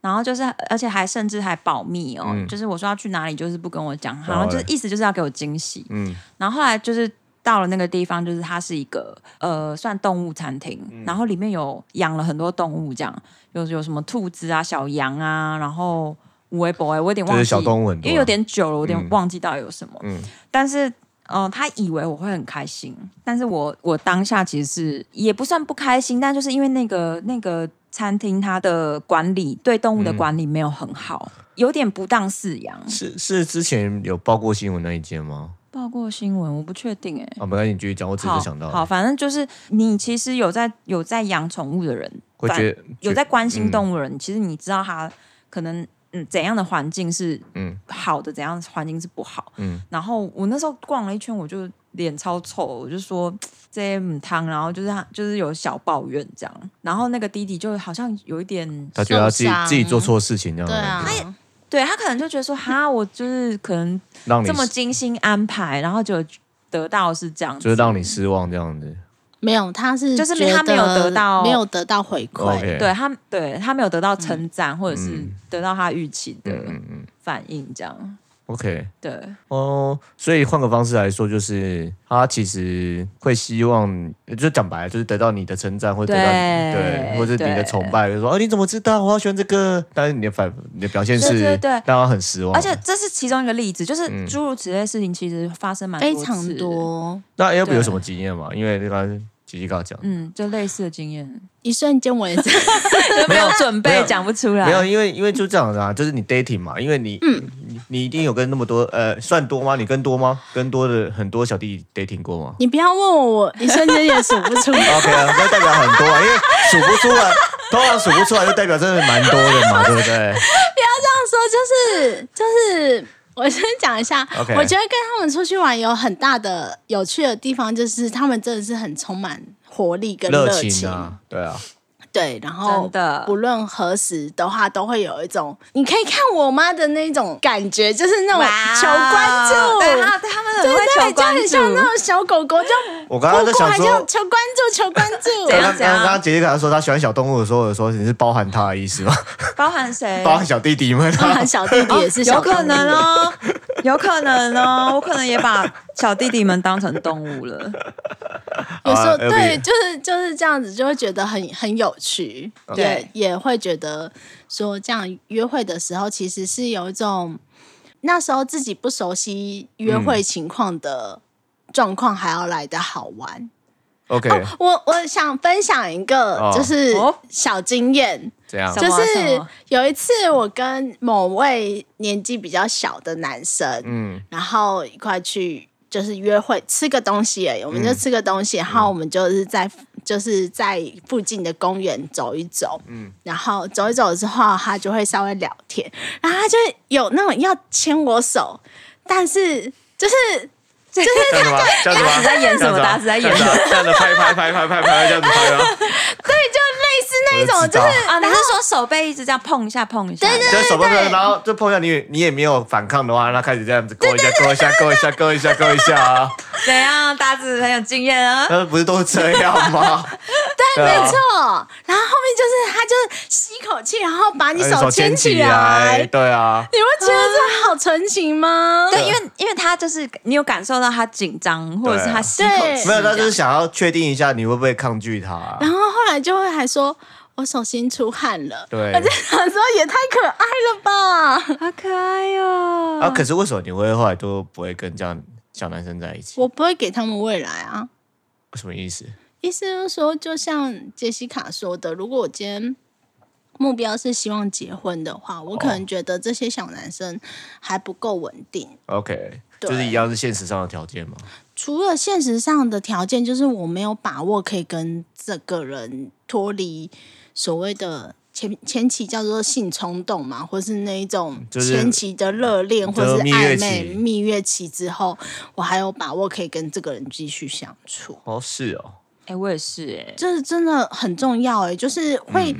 然后就是，而且还甚至还保密哦，
嗯
就是我说要去哪里，就是不跟我讲，
然
好
后
像就是
嘞
意思就是要给我惊喜。
嗯
然后后来就是到了那个地方，就是它是一个呃算动物餐厅，
嗯
然后里面有养了很多动物，这样有有什么兔子啊、小羊啊，然后五维博哎，我有点忘
就
记
是小动物很多啊
因为有点久了，我有
嗯
点忘记到底有什么。
嗯
但是，嗯、他以为我会很开心，但是我我当下其实是也不算不开心，但就是因为那个那个餐厅它的管理对动
嗯
物的管理没有很好，有点不当饲养。
是是之前有报过新闻那一间吗？
报过新闻，我不确定哎、欸。
啊，没关系，你继续讲，我只
好
是想到
好，
了
反正就是你其实有在有在养宠物的人，
会
反
觉得
有在关心
嗯
动物的人，其实你知道他可能嗯怎样的环境是
嗯
好的，怎样的环境是不好。
嗯
然后我那时候逛了一圈，我就脸超臭，我就说这些母汤，然后就是他就是有小抱怨这样，然后那个弟弟就好像有一点，
他觉得他自己
受伤
自己做错事情这样
对
的
啊
感觉，，
对他可能就觉得说哈，我就是可能
让你
这么精心安排，然后就得到是这样子，
就是让你失望这样子。
没有，他是
就是
觉
他没有得到
没有得到回馈。
OK，
对他对他没有得到称赞，或者是
嗯
得到他预期的
嗯嗯嗯
反应这样，
，OK。
对
哦，所以换个方式来说，就是他其实会希望，就讲白了，就是得到你的称赞，或得到你
对
对，或者你的
对
崇拜，就说哦，你怎么知道我好喜欢这个？但是你的反，你的表现
对
是
对对
让他很失望。
而且这是其中一个例子，就是
嗯
诸如此类的事情，其实发生蛮
非
次
常
的，
多，
那 L
对
有什么经验吗？因为刚刚吉吉刚刚讲，
嗯，就类似的经验，
一瞬间我也是，
没有准
没
备
有
讲不出来，
没有，因为因为就这样子啊，就是你 dating 嘛，因为你、
嗯
你你一定有跟那么多呃，算多吗？你跟多吗？跟多的很多小弟 dating 过吗
你不要问我，我一瞬间也数 不出来。
？OK 啊，那代表很多啊，因为数不出来，通常数不出来就代表真的蛮多的 嘛，对不对？
这样说就是就是，我先讲一下
OK
我觉得跟他们出去玩有很大的有趣的地方，就是他们真的是很充满活力跟热
热情啊，对啊，
对，然后
真的
不论何时的话，都会有一种你可以看我妈的那种感觉，就是那种
哇哦
求关注，
对他他们很
对
会
对，
求
就
关
很像那
注，
种小狗狗，就
我刚刚在
扑过
想
来就
说。
求关注，求关注，
怎样啊
刚 刚刚刚姐姐跟他说她喜欢小动物的时候，我说你是包含他的意思吗？
包含谁？
包含小弟弟们
包
啊？
含小弟弟也是小
哦有
动物
可能哦，有可能哦，我可能也把小弟弟们当成动物了。
有时
好
候
啊
对，
LB
就是就是这样子，就会觉得很很有趣，也
对
也会觉得说这样约会的时候，其实是有一种那时候自己不熟悉约
嗯
会情况的状况还要来的好玩。
OK，
哦，我我想分享一个
哦
就是
哦
小经验。
这样
什
就
么啊什
是
么
有一次，我跟某位年纪比较小的男生，
嗯
然后一块去就是约会，吃个东西而已，我们就吃个东西，然后我们就是在就是在附近的公园走一走，嗯，然后走一走之后，他就会稍微聊天，然后他就有那种要牵我手，但是就是
这样子吗？这样子吗？
打死在演什么打死在演什么
这样子啊这样子啊这样子啊拍拍拍拍拍拍，这样子拍啊吗？对，就类似
那种就是
啊，你是说手背一直这样碰一下碰一下？对对
就是手碰碰，然后就碰一下你，你也没有反抗的话，那开始这样子勾一下，勾一下，勾一下，勾一下，勾一下啊！
怎样？大致很有经验啊。
那不是都是这样吗？对
没
啊
错，然后后面就是他就是吸口气，然后
哎
把你
那
呃手牵
起
起来，
对啊，
你会觉得这好纯情吗？
对，因为因为他就是你有感受到他紧张，或者是他吸口
对
气，
没有，他就是想要确定一下你会不会抗拒他啊。
然后后来就会还说，我手心出汗了。
对
我就想说也太可爱了吧！
好可爱哦哟、
啊，可是为什么你会后来都不会跟这样小男生在一起？
我不会给他们未来啊。
什么意思？
意思就是说，就像杰西卡说的，如果我今天目标是希望结婚的话，我可能觉得这些小男生还不够稳定。
OK，
对
就是一样是现实上的条件嘛。
除了现实上的条件，就是我没有把握可以跟这个人脱离所谓的前前期叫做性冲动嘛，或是那一种
就是
前期的热恋或
就是是蜜月
暧
期
昧蜜月期之后，我还有把握可以跟这个人继续相处。
哦，是哦，
哎，我也是哎，
这真的很重要哎、就是会、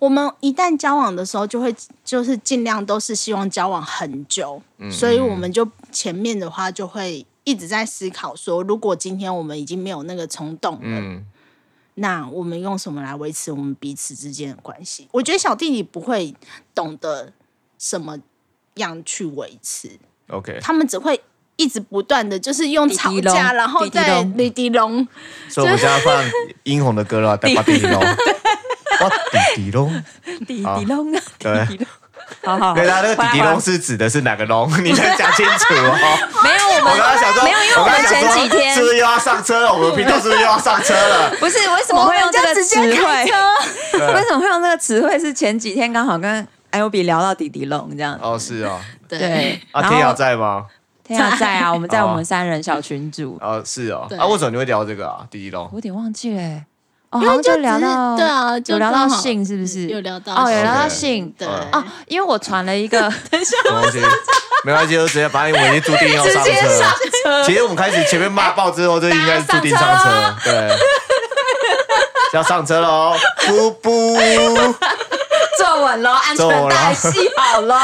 我们一旦交往的时候，就会就是尽量都是希望交往很久，所以我们就前面的话就会一直在思考说，如果今天我们已经没有那个冲动了，
嗯，
那我们用什么来维持我们彼此之间的关系？我觉得小弟弟不会懂得什么样去维持，
OK，
他们只会。一直不断的就是用
滴滴
吵
隆
架，然后
滴滴
再
隆
滴滴隆，
所以我们现在放殷红的 歌了，带把滴滴龙，哇，滴滴龙，
滴
好
滴隆啊，
对
滴滴隆，好好，好
对，他那个
回来
滴滴
回来
龙是指的是哪个龙？ 你再讲清楚哦。
没有我
我
们
刚刚想说，
没有，因为
我
我
刚
们
刚想
前
说
几天
是不是又要上车了？我们频道是不是又要上车了？
不是为什么
我
会
们
用
就
这个
直
词
接开
汇
车？，
为什么会用这个词汇？是前几天刚好跟 L B 聊到迪迪龙这样，
哦，是哦，
对，
啊，
然
天雅
后
在吗？
天雅在啊，我们 在
哦
我们三人小群组，
哦，是哦
对，
啊，为什么你会聊这个啊？滴滴龙
我，有点忘记了欸，哦，
因
好像
为就只
聊
是
到
对啊就
有聊到
刚好
性是不是？
有聊到
哦，有聊到
OK
性
对
嗯
哦，因为我传了一 个
什么东西？ 没关系，就直接把你我已经注定要上车了。
车
其实我们开始前面骂爆之后，就应该注定上车， 对，要上车喽，布 布，
坐稳喽，安
坐稳
全
咯
带系好喽。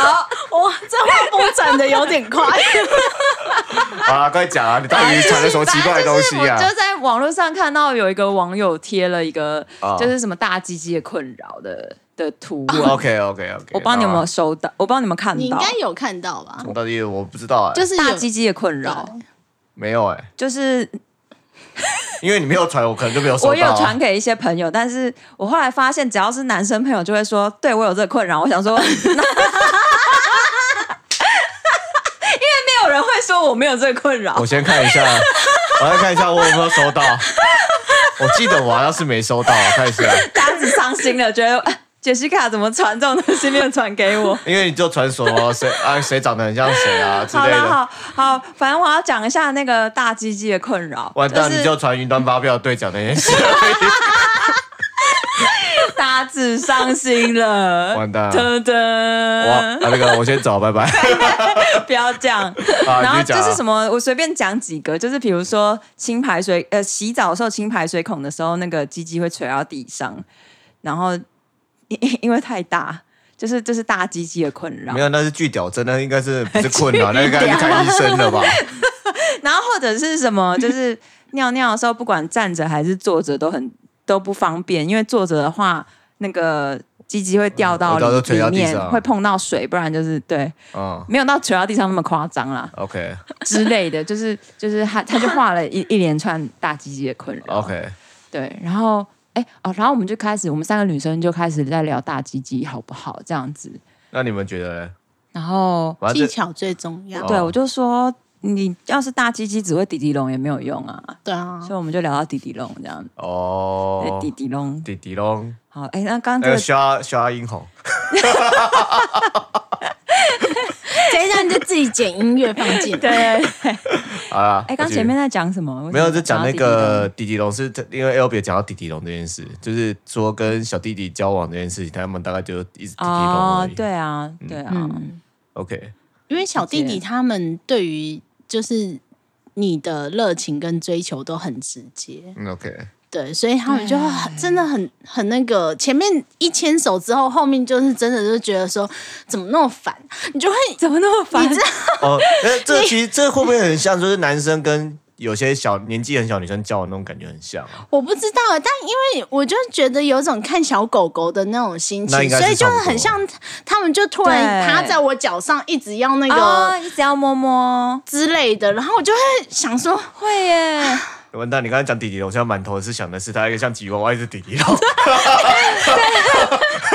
哇，这 话崩转的有点快。
好了，快讲啊，你到底传了什么奇怪的东西啊
哎反正就是我就在网络上看到有一个网友贴了一个
哦，
就是什么大鸡鸡的困扰的的图文，
？OK OK 哦 OK，啊
我不知道你有没有收到，我不知道你有没有看
你应
到，
该有看到吧？
我到底我不知道哎，
就是有
大鸡鸡的困扰，
没有哎，
就是
因为你没有传，我可能就没有收到。啊
我有传，给一些朋友，但是我后来发现，只要是男生朋友就会说，对我有这个困扰。我想 说，那 因为没有人会说我没有这个困扰
我。先看一下，我再看一下我有没有收到。我记得我好像是没收到，我看一下，
大家只伤心了，觉得哎杰西卡怎么传这种东西没有传给我？
因为你就传什么谁 啊谁长得很像谁啊之
好
类
了，
的。
好好，反正我要讲一下那个大鸡鸡的困扰。
完蛋，
是
你就传云端发票兑奖那件事。
大家只伤心 了，
完 蛋啊
噔
哇，啊
噔，
那个我先走，拜拜。
不要这样。
啊
然后
你
就
讲啊
是什么，我随便讲几个，就是比如说清排水，呃，洗澡的时候清排水孔的时候，那个鸡鸡会垂到地上，然后因因因为太大，就是这、是大鸡鸡的困扰
没。有，那是巨屌真的应该是不是困 扰，那应该去看医生了吧？
然后或者是什么， 就是尿尿的时候，不管站着还是坐着都很都不方便，因为坐着的话，那个鸡鸡会掉
嗯
到
我知道就垂到
里
地
面，
上
会碰到水，不然就是对，
嗯
没有到垂到地上那么夸张 啦。
，OK
之类的，就是就是他他就画了一一连串大鸡鸡的困扰。
OK，
对，然后哎哦，然后我们就开始，我们三个女生就开始在聊大鸡鸡好不好这样子，
那你们觉得嘞？
然后
反
技
正
巧最重要
哦。
对我就说。你要是大鸡鸡只会滴滴龙也没有用啊，
对啊
所以，我们就聊到滴滴龙这样，对
哦，
滴滴龙。
弟弟龙，
好，哎，那刚刚
那
这
个
个
刷刷英红，
这一段就自己剪音乐放进来。
对，
好啦。
哎，刚
我继续
前面在讲什么？
没有，就讲那个
为
迪迪龙是因为 L 别讲到迪迪龙这件事，就是说跟小弟弟交往这件事情，他们大概就一直迪迪
什
龙
么要
而
滴
已。
滴龙哦，对啊，对啊，
嗯，
，OK，
因为小弟弟他们对于就是你的热情跟追求都很直接，
嗯 OK，
对，所以他们就会很真的很很那个。前面一牵手之后，后面就是真的就觉得说怎么那么烦，你 就会
怎么那么烦？
哦， 那这其实这会不会很像，就是男生跟有些小年纪很小女生交往那种感觉很像啊？
我不知道，但因为我就觉得有种看小狗狗的那种心
那
情，
应该是
所以就
差不多
很像他们就突然
对
趴在我脚上，一直要那
啊，
个
你只要摸摸，
之类的，然后我就会想说，
会耶。
完蛋，你刚才讲迪迪龙，我现在满头是想的是他一个像吉娃娃，一只迪迪龙。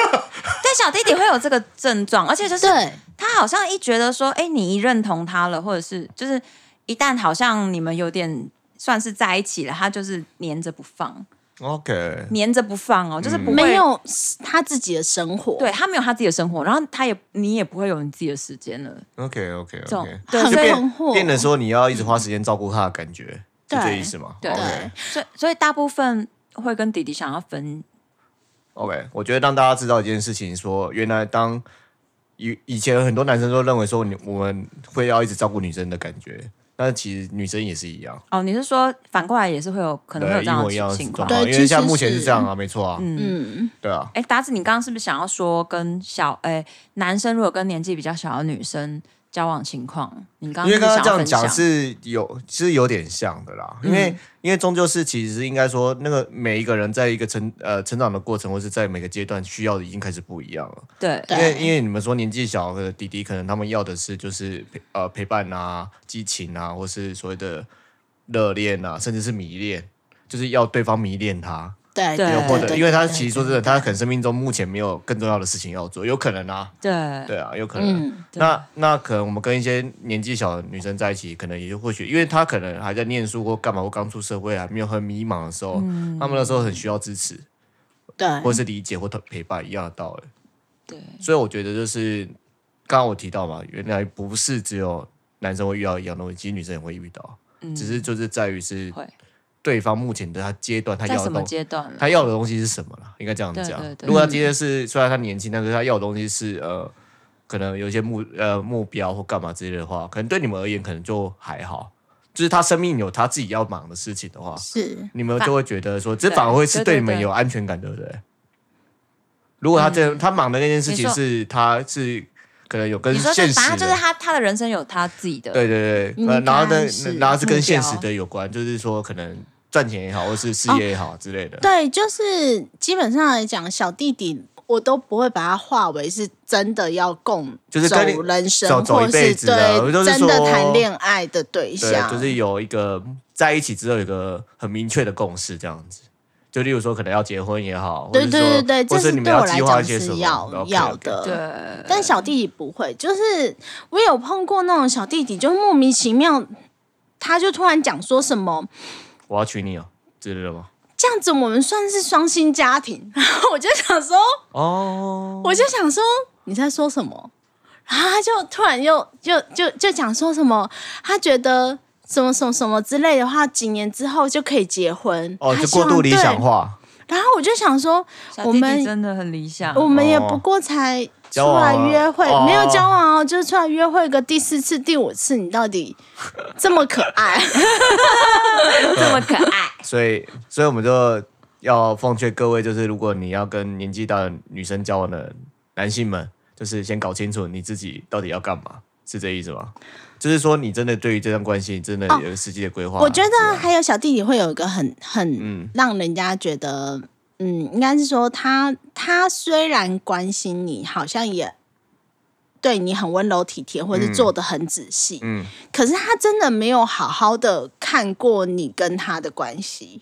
但小弟弟会有这个症状，而且就是
对
他好像一觉得说，哎、你一认同他了，或者是就是一旦好像你们有点算是在一起了，他就是黏着不放，
OK，
黏着不放哦，就是不会、
没有他自己的生活，
对，他没有他自己的生活，然后他也你也不会有你自己的时间了，
OK OK
这种
OK，
对，
很
所以
困惑
变得说你要一直花时间照顾他的感觉，是
对
这意思吗？
对
OK
所以所以大部分会跟弟弟想要分
OK，我觉得让大家知道一件事情说原来当以以前很多男生都认为说你我们会要一直照顾女生的感觉，但其实女生也是一样，
哦，你是说反过来也是会有可能会有
对，
这
一
样
模一样
的
的
情况？
状况，
对
因为像
其实
目前是
是
这样啊，没错啊，
嗯，
对啊，
哎，达子，你刚刚是不是想要说跟小哎男生如果跟年纪比较小的女生交往情况？你刚
因
刚
为
是不
刚
是想要
刚这样
分享嗯
讲是有是有点像的啦，因为因为终究是其实应该说那个每一个人在一个成呃成长的过程，或是在每个阶段需要的已经开始不一样了。
对
对
因为因为你们说年纪小的弟弟，可能他们要的是就是陪呃陪伴啊、激情啊，或是所谓的热恋啊，甚至是迷恋，就是要对方迷恋他，
对
对
又
对，
或者
对
因为他
对
其实说真
对
的，他可能生命中目前没有更重要的事情要做，有可能啊，
对
对啊，有可能。
嗯，
对
那那可能我们跟一些年纪小的女生在一起，可能也就或许，因为她可能还在念书或干嘛，或刚出社会还没有很迷茫的时候，
嗯
他们那时候很需要支持，
对，
或是理解或陪伴一样的道理。
对
所以我觉得就是刚刚我提到嘛，原来不是只有男生会遇到一样东西，其实女生也会遇到，只是就是在于是
嗯会
对方目前的他阶段他
在
要的
什么
东西。
阶段了？
他要的东西是什么啦？应该这样
对
讲。
对对
如果他今天是虽然他年轻，但是他要的东西是呃，可能有一些目呃目标或干嘛之类的话，可能对你们而言可能就还好。就是他生命有他自己要忙的事情的话，
是
你们就会觉得说，这
对
反而会是
对
对
对
你们
对嗯
有安全感，对不对？如果他这他忙的那件事情
你说
是他是可能有跟
你说
现
是，反
实
正
的
就是，他他的人生有他自己的
对对对，
应
呃然后呢
该是，
然后是跟
目
现
标哦
实的有关，就是说可能赚钱也好，或是事业也好之类的。
对，就是基本上来讲，小弟弟我都不会把它化为是真的要共
就是
走
跟你
人生，
走走一
或
辈
是
子的我
对
就是
真的
说
谈恋爱的
对，
对象，
就是有一个在一起之后有一个很明确的共识，这样子。就例如说，可能要结婚也好，或者
对
是
对
说，
对对，
或
这
是你们
对我来
计划一
讲
些什
是
么
要
OK，OK
要的，
对
但小弟弟不会，就是我有碰过那种小弟弟，就莫名其妙，他就突然讲说什么。
我要娶你哦之类的吗？
这样子我们算是双薪家庭， 然后我就想说，
哦，
我就想说你在说什么，然后他就突然又就就就讲说什么，他觉得什么什么什么之类的话，几年之后就可以结婚，
哦，
他
就
希
过
望
度理想。
对
化，
然后我就想说，
小
我
弟
们
弟真的很理想，
我们也
哦
不过才
交
出
往啊
来约会，
哦
没有交往哦，就是出来约会个第四次、第五次，你到底这么可 爱，
这么可爱，
所以，所以我们就要奉劝各位，就是如果你要跟年纪大的女生交往的男性们，就是先搞清楚你自己到底要干嘛，是这意思吗？就是说，你真的对于这段关系，你真的有实际的规划、
哦我觉得
是吧啊
还有小弟弟会有一个很很
嗯
让人家觉得，嗯，应该是说他他虽然关心你，好像也对你很温柔体贴，或是
嗯
做的很仔细，
嗯，
可是他真的没有好好的看过你跟他的关系。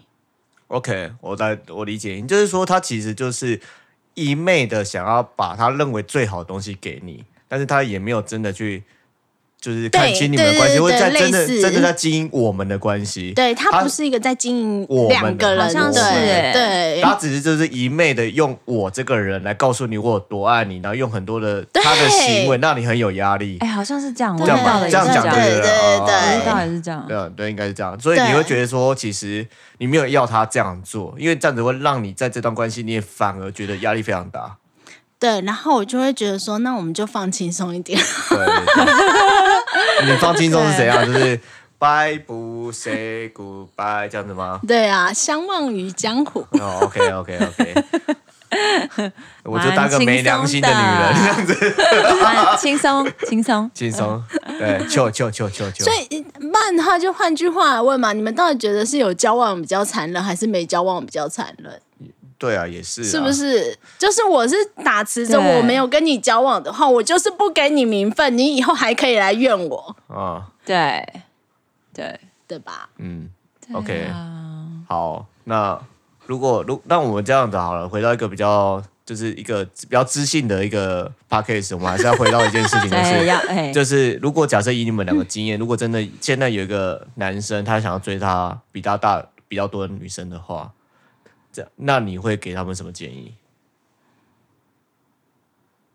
OK，我大我理解你，就是说他其实就是一昧的想要把他认为最好的东西给你，但是他也没有真的去就是看
对
清你们的
对
关系，
对
或者在
对
真的
类似
真的在经营我们的关系。
对他
他
不是一个在经营
我们
两个
的
人，
好像
对
是欸
对，
他只是就是一昧的用我这个人来告诉你我有多爱你，然后用很多的
对
他的行为让你很有压力
哎，。好像是这样，我
对
遇
这样
到的也
吧这
是
样
这
讲
样，
对
对
不
对
我
对
遇到也是这样，
啊对啊对，应该是这样。所以
对
你会觉得说，其实你没有要他这样做，因为这样子会让你在这段关系，你也反而觉得压力非常大。
对，然后我就会觉得说，那我们就放轻松一点。
对，你放轻松是怎样？就是 Bye 不 say goodbye 这样子吗？
对啊，相忘于江湖。
哦，OK OK OK，我就当
蛮
个没良心的女人这样子，
蛮轻松轻松，
轻松。对，就就就就就
所。以慢的话，就换句话来问嘛，你们到底觉得是有交往比较残忍，还是没交往比较残忍？
对啊，也是啊，
是不是？就是我是打持着
对
我没有跟你交往的话，我就是不给你名分，你以后还可以来怨我，
啊？
对对
对吧？
嗯，OK，
啊
好，那如果如那我们这样子好了，回到一个比较就是一个比较知性的一个 p a c a s e 我们还是要回到一件事情，就
对
是
要哎，
就是如果假设以你们两个经验，如果真的现在有一个男生他想要追他比他大比较多的女生的话，这样那你会给他们什么建议？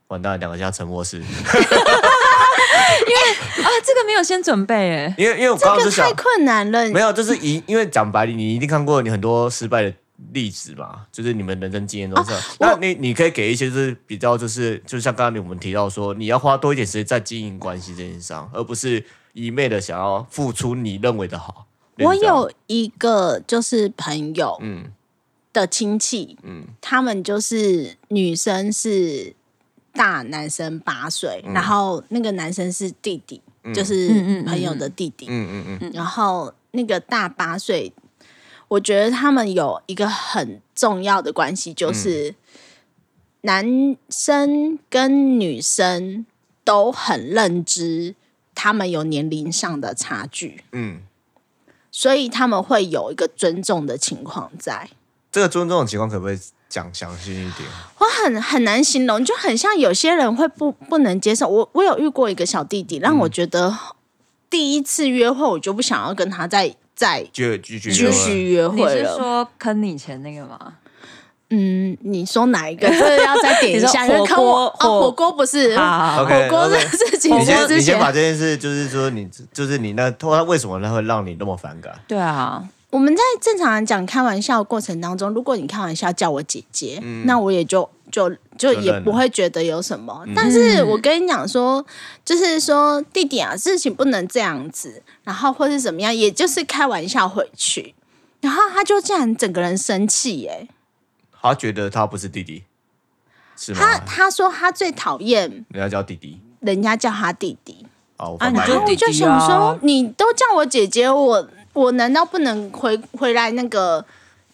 完蛋，两个家沉默是，
啊，这个没有先准备哎，
因为因为我刚
这
刚
个
是想
太困难了。
没有，就是一因为讲白了，你一定看过你很多失败的例子嘛，就是你们人生经验中是。
啊
那你你可以给一些就是比较就是就像刚刚我们提到说，你要花多一点时间在经营关系这件事上，而不是一昧的想要付出你认为的好。
我
类似这样
有一个就是朋友
嗯
的亲戚，
嗯
他们就是女生是大男生八岁，
嗯
然后那个男生是弟弟，就是
嗯嗯嗯
朋友的弟弟，
嗯嗯嗯
然后那个大八岁，我觉得他们有一个很重要的关系，
嗯
就是男生跟女生都很认知他们有年龄上的差距，
嗯，
所以他们会有一个尊重的情况在。
这个尊重的情况可不可以讲详细一点？
我很很难形容，就很像有些人会不不能接受。我我有遇过一个小弟弟，让
嗯
我觉得第一次约会我就不想要跟他再再
就继续
继续约
你
会
是
了。
说坑你钱那个吗？
嗯，你说哪一个？这个要再点一下，
你说
因为看我
火锅
哦，
火
火锅不是
好
火
OK，
锅的
OK
事情
你
是
先
之
你先把
前
这件事，就是说你就是你那他为什么他会让你那么反感？
对啊，
我们在正常人讲开玩笑的过程当中，如果你开玩笑叫我姐姐，那我也就就就
嗯就
也
认了嗯
不会觉得有什么。但是我跟你讲说，就是说弟弟啊，事情不能这样子，然后或是怎么样，也就是开玩笑回去。然后他就竟然整个人生气耶、
他觉得他不是弟弟，是吗？
他他说他最讨厌
人家叫弟弟
人家叫他弟弟，
啊，我
啊
翻
你
白
就
眼
然后我就想说，你都叫我姐姐，我我难道不能回回来那个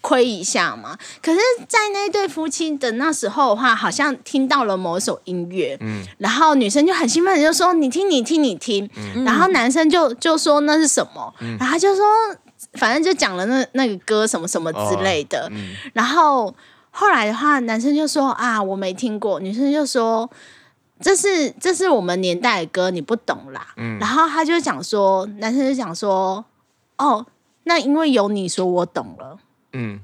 亏一下吗？可是，在那对夫妻的那时候的话，好像听到了某首音乐，然后女生就很兴奋地就说：“你听，你听，你听。
嗯
然后男生就就说那是什么，然后他就说反正就讲了那那个歌什么什么之类的，
嗯
然后后来的话，男生就说啊，我没听过，女生就说这是这是我们年代的歌，你不懂啦。
嗯
然后他就讲说，男生就讲说，哦，那因为有你说我懂了，
嗯，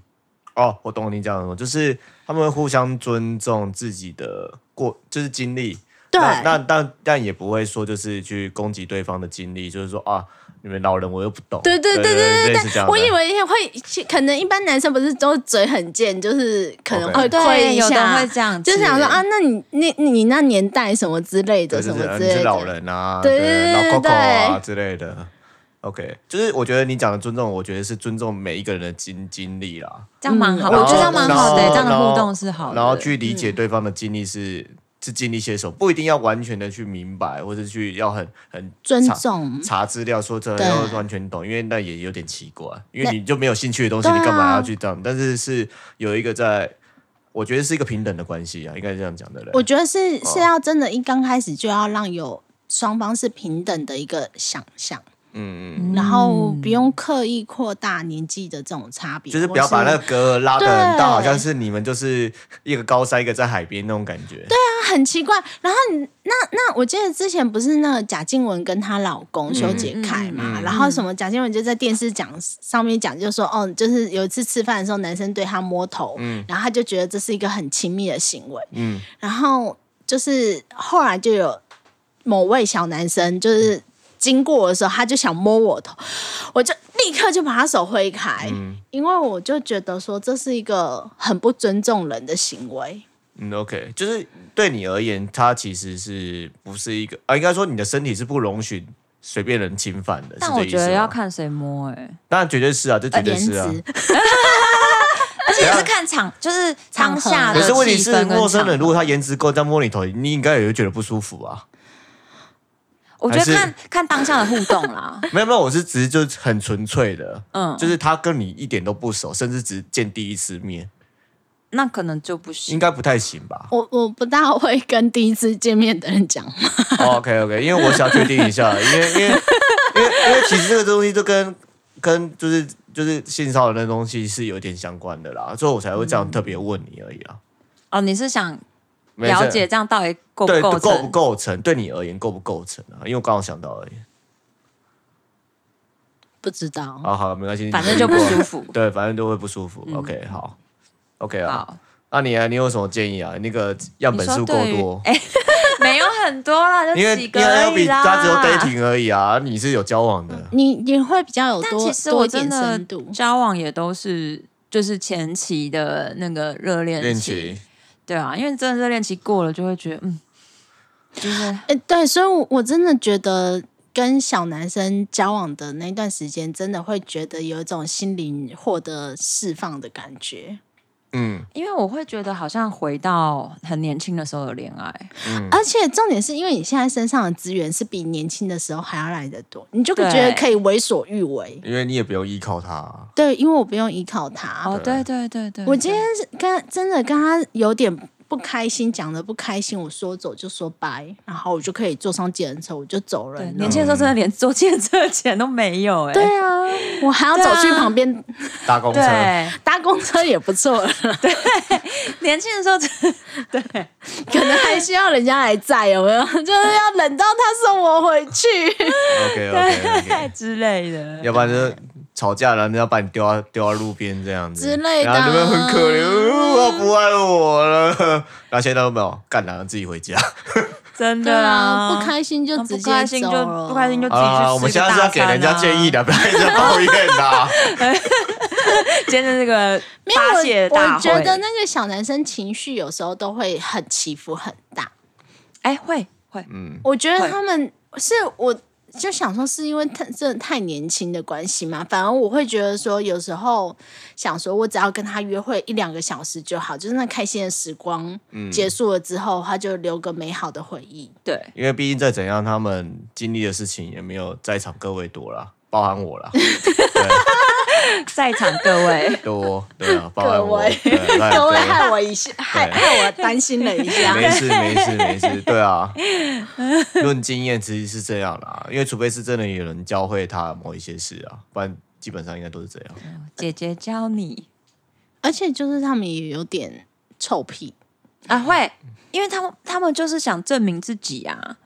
哦，我懂你讲什么，就是他们会互相尊重自己的过，就是经历。
对
那那但但也不会说就是去攻击对方的经历，就是说啊，你们老人我又不懂。
对对对对
类
对
似这样的
对，我以为会，可能一般男生不是都嘴很贱，就是可能
OK
会亏一
哦有的
下
会，这样子，
就想说啊，那你你你那年代什么之类
对对
的，什么
对，啊
之
你是
类
老
的，
人啊，
对对
老
对
狗狗啊
对
之类的。OK，就是我觉得你讲的尊重，我觉得是尊重每一个人的经经历啦。
这样蛮好，
嗯然
我
后
觉得这样蛮好的，
然
这
后
样的
然后
互动是好的。
然后去理
嗯
解对方的经历是、是经历些什么，不一定要完全的去明白，或者去要很很
尊
查
重。
查资料说这
嗯对
要完全懂，因为那也有点奇怪，因为
那
你就没有兴趣的东西，
对啊
你干嘛要去这样？但是是有一个在，我觉得是一个平等的关系啊，应该是这样讲的嘞。
我觉得是
哦
是要真的，一刚开始就要让有双方是平等的一个想象，
嗯嗯，
嗯
然后不用刻意扩大年纪的这种差别，
就是不要把那
或
个
是
隔拉的很大，
对
好像是你们就是一个高山，一个在海边那种感觉。对，
那很奇怪。然后你那那我记得之前不是那个贾静雯跟她老
嗯
公修杰楷嘛，然后什么贾静雯就在电视讲上面讲，就说哦，就是有一次吃饭的时候，男生对她摸头，然后她就觉得这是一个很亲密的行为，
嗯，
然后就是后来就有某位小男生就是经过我的时候，他就想摸我头，我就立刻就把他手挥开，
嗯
因为我就觉得说这是一个很不尊重人的行为。
嗯，OK，就是对你而言，它其实是不是一个啊？应该说你的身体是不容许随便人侵犯的。
但
是这
我
意
觉
思
得要
吗，
看谁摸，哎，
当然绝对是啊，这绝
呃，
对
颜
是啊。
值，
而且也是看场，就是当下
可
的
是问题
呃气
是，
氛跟
陌生人
场
如果他颜值够，但摸你头，你应该也会觉得不舒服啊。
我觉得
还是
看看当下的互动啦。
没有没有，我是只是就是很纯粹的，
嗯
就是他跟你一点都不熟，甚至只见第一次面，
那可能就不行
应。该不太行吧
我我不大会跟第一次见面的人讲话，
？OK OK，因为哦我想确定一下，因为因为因为因为其实这个东西就跟跟就是就是性骚扰那东西是有点相关的啦，所以我才会这样特别问你而已啊。
哦，你是想
没事
了解这样到底够
对
不够
构不
成？
构成对你而言构不构成啊？因为我刚好想到而已。
不知道。
啊，好，没关系，
反正就不舒服嗯
对，反正就会不舒服。OK，好，OK 啊。
好，
那你啊，你有什么建议啊？那个样
你
本
说
数够
对于
多，
哎，没有很多啦，就
因为
几
因
个
为
而已
L
啦。
他只有 dating 而已啊，你是有交往的，
你你会比较有
但
多
其实我
多一
真
点
的
深度，
交往也都是，就是前期的那个热恋
恋情
嗯对啊，因为真的热恋期过了，就会觉得嗯，就是
哎、对，所以我，我真的觉得跟小男生交往的那段时间，真的会觉得有一种心灵获得释放的感觉，
嗯，
因为我会觉得好像回到很年轻的时候的恋爱，
而且重点是因为你现在身上的资源是比年轻的时候还要来得多，你就觉得
对
可以为所欲为。
因为你也不用依靠他啊，
对，因为我不用依靠他。
哦，对对对对，
我今天是跟真的跟他有点不开心，讲的不开心，我说走就说拜，然后我就可以坐上计程车，我就走
对
人了
年。轻的时候真的连坐建车钱都没有哎、
对啊，我还要
对
走
啊
去旁边
搭公车，
对，
搭公车也不错了，
年轻的时候真的 对，
可能还需要人家来载，有没 有？就是要等到他送我回去。
OK OK
对
OK，
之类的，
要不然就是吵架了，人家把你丢到丢到路边这样子
之类的啊
然后你们很可怜，呃他不爱我了， 然后现在都没有，干然后自己回家。
真
对
的
啊，不
心
开心就
嗯
直
不
接
开心
走
就
了
不开心就自
好
己去吃个大餐、
啦，
啊。
我们现在是要给人家建议，的，不要一直抱怨啊啦。
今天这个
没
发
有
泄
我，
大
我觉
会，
得那个小男生情绪有时候都会很起伏很大。
哎、会会，
我觉得
会
他们是我就想说，是因为太真的太年轻的关系嘛。反而我会觉得说，有时候想说我只要跟他约会一两个小时就好，就是那开心的时光、
嗯
结束了之后，他就留个美好的回忆。
对，
因为毕竟再怎样，他们经历的事情也没有在场各位多啦，包含我啦，，
在场各位
多对啊，包含我，
各位
对啊包含
各
各
位
位
害我一下， 害害我担心了一下。
没事没事没事，对啊，论经验其实是这样啦，因为除非是真的有人教会他某一些事啊，不然基本上应该都是这样。
姐姐教你
而且就是他们也有点臭屁，
啊，会，因为他们他们就是想证明自己啊。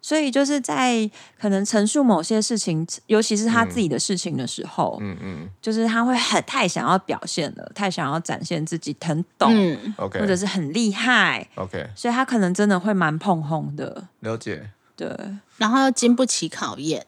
所以就是在可能陈述某些事情，尤其是他自己的事情的时候，
嗯嗯
就是他会很太想要表现了，太想要展现自己很懂，
嗯，
，OK
或者是很厉害，
OK，
所以他可能真的会蛮碰红的。
了解。
对，
哎
然后又经不起考验。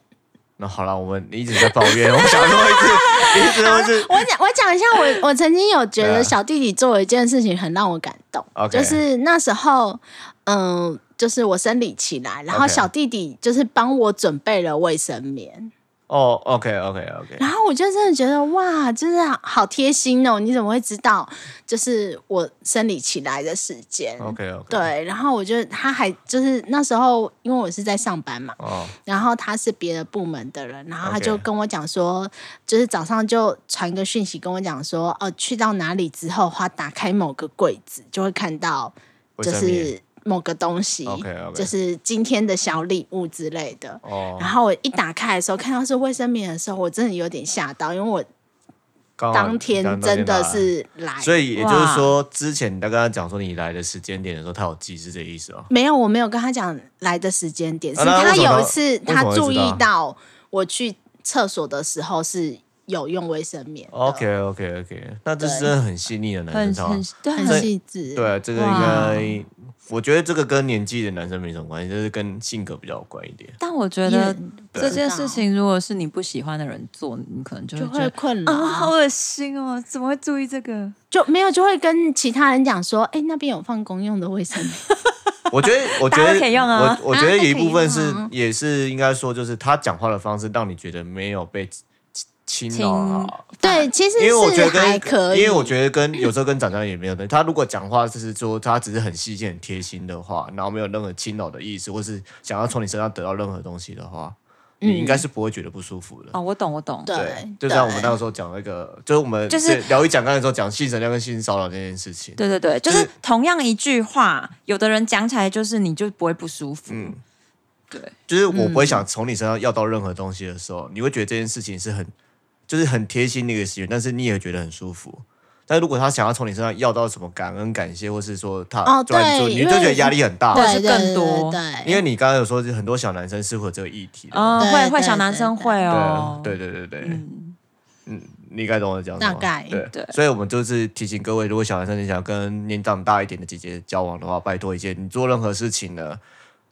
那好了，我们你一直在抱怨，我想说一直一直都是
我 讲，我讲一下，我我曾经有觉
对啊
得小弟弟做了一件事情很让我感动
OK
就是那时候，嗯、就是我生理期来，然后
OK
小弟弟就是帮我准备了卫生棉，
哦，OK OK OK，
然后我就真的觉得哇，就是好贴心哦！你怎么会知道就是我生理期来的时间
OK OK，，
对，然后我就他还就是那时候，因为我是在上班嘛，
哦，
然后他是别的部门的人，然后他
OK
就跟我讲说就是早上就传个讯息跟我讲说，哦，去到哪里之后，他打开某个柜子就会看到，
卫
就
生棉
是某个东西
OK，OK
就是今天的小礼物之类的。
哦
然，后我一打开的时候，看到是卫生棉的时候，我真的有点吓到，因为我
哦刚好
当天
刚好
真
拿
的
来。
是来，
所以也就是说，之前你在跟他讲说你来的时间点的时候，他有记是这意思哦。
没有，我没有跟他讲来的时间点，
啊
是
那
他
为什么
有一
他
次
为什
他
么会
注
知
意
道
到我去厕所的时候是有用卫生棉的。
哦 OK OK OK，那这是真的很细腻的男
很
生超好
很对
很
很
细致。，
对，啊这个应该，我觉得这个跟年纪的男生没什么关系，就是跟性格比较有关一点。
但我觉
也
得
不
这
知
件
道
事情，如果是你不喜欢的人做，你可能就会
就
觉
会
得
困扰
啊、好
啊，
恶心哦，怎么会注意这个？
就没有就会跟其他人讲说，哎、那边有放公用的卫生棉，
我觉得，我觉
大家
得
都可以用啊
我我觉得有一部分
大家
是
哦都可以用啊，
也是应该说，就是他讲话的方式让你觉得没有被侵侵扰啊。
对，其实
因为我觉
是
得
还可
跟，
以，
因为我觉得跟有时候跟长相也没有的。他如果讲话就是说他只是很细心、很贴心的话，然后没有任何侵扰的意思，或是想要从你身上得到任何东西的话，
嗯
你应该是不会觉得不舒服的。
哦，我懂，我懂，
对，
就像我们那个时候讲那个，就是我们
就是
聊一讲刚才说讲性质量跟性骚扰这件事情，
对对对，就
就是
是同样一句话，有的人讲起来就是你就不会不舒服，
嗯
对，
就是我
嗯
不会想从你身上要到任何东西的时候，你会觉得这件事情是很就是很贴心的一个行为，但是你也觉得很舒服。但如果他想要从你身上要到什么感恩、感谢，或是说他
哦
抓你
对
住，你
因
就
为
觉得压力很大。
或者
对
是
对
更多
对，
因为你刚刚有说，就很多小男生是会有这个议题的嘛。
哦，
对
会
对
会小男
对
生
对
会哦，
对对对对对，
嗯，
你应该懂我讲什么。
大概
对
对
所以我们就是提醒各位，如果小男生你想跟年长大一点的姐姐交往的话，拜托一件，你做任何事情呢，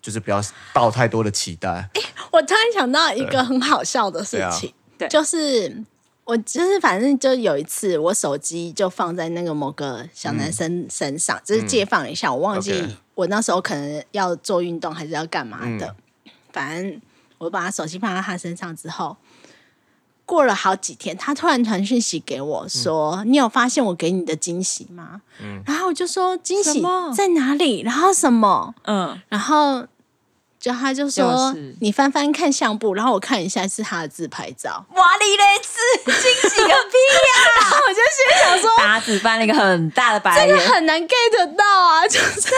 就是不要抱太多的期待。
我突然想到一个很好笑的事情，
对啊对
就是。我就是反正就有一次，我手机就放在那个某个小男生身上，就是借放一下，我忘记
OK
我那时候可能要做运动还是要干嘛的，反正我把他手机放在他身上之后。过了好几天，他突然传讯息给我说：“你有发现我给你的惊喜吗？”然后我就说：“惊
什
喜
么
在哪里？然后什么？”
嗯，
然后就他就说：“
就是
你翻翻看相簿。”然后我看一下是他的自拍照，
哇你嘞次惊喜个屁呀、
然后我就心里想说，
达子翻了一个很大的白
这
眼，
个很难 get 到啊，就是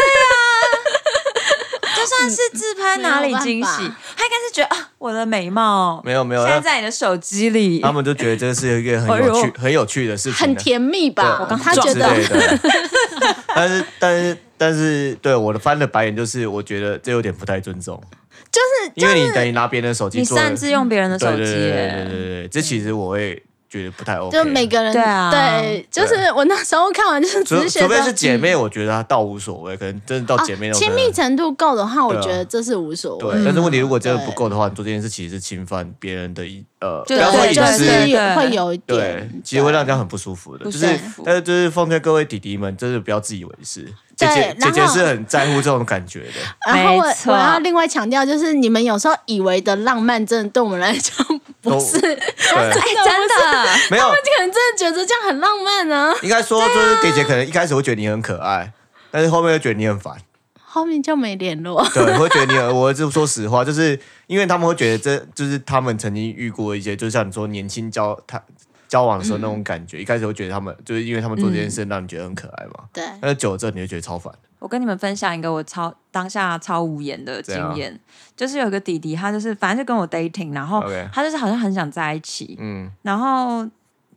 就算是自拍
嗯
哪里惊
没
喜，
有
他
办
应
法
该是觉得啊，我的美貌
没有没有，
现在
那
在你的手机里，
他们就觉得这是一个很有
哎
趣
呦、
很有趣的事情啊，
很甜蜜吧？
对
他觉
之
得
类的。 但是但是但是，对我的翻的白眼就是，我觉得这有点不太尊重，
就是
因为你等于拿别人的手
你
机做了
擅自用别人的手
对
机嗯
对对对对
耶，
对对，这其实我会觉得不太 OK。
就每个人
对啊
对就是我那时候看完就是只
除
是觉
除
得，
非是姐妹，我觉得她倒无所谓，可能真的到
哦
姐妹那种
亲
可能
密程度够的话，我
对啊
觉得这是无所谓。
对，但是问题如果真的不
对
够的话，你做这件事其实是侵犯别人的一呃，不
就
要说
对，
隐
就
对
私
是，
对
会有一
对
点，，
其实会让人家很不舒服的。
不
就
舒
是
服，
但是就是奉劝各位弟弟们，真的不要自以为是。姐
对
姐姐
然
姐
后
是很在乎这种感觉的，
然后我
没错
我要另外强调，就是你们有时候以为的浪漫，真的对我们来讲 不
都
是，
对，
哎，真的，
没有，
可能真的觉得这样很浪漫呢、啊，
应该说就是姐姐可能一开始会觉得你很可爱，但是后面又觉得你很烦。
后面就没联络。
对，会觉得你很，我就说实话，就是因为他们会觉得这就是他们曾经遇过一些，就像你说年轻交他交往的时候
嗯
那种感觉，一开始会觉得他们就是因为他们做这件事让你觉得很可爱嘛，
对，
但是久了之后你会觉得超烦，
我跟你们分享一个我超当下超无言的经验，就是有一个弟弟，他就是反正就跟我 dating，然后
OK
他就是好像很想在一起，
嗯
然后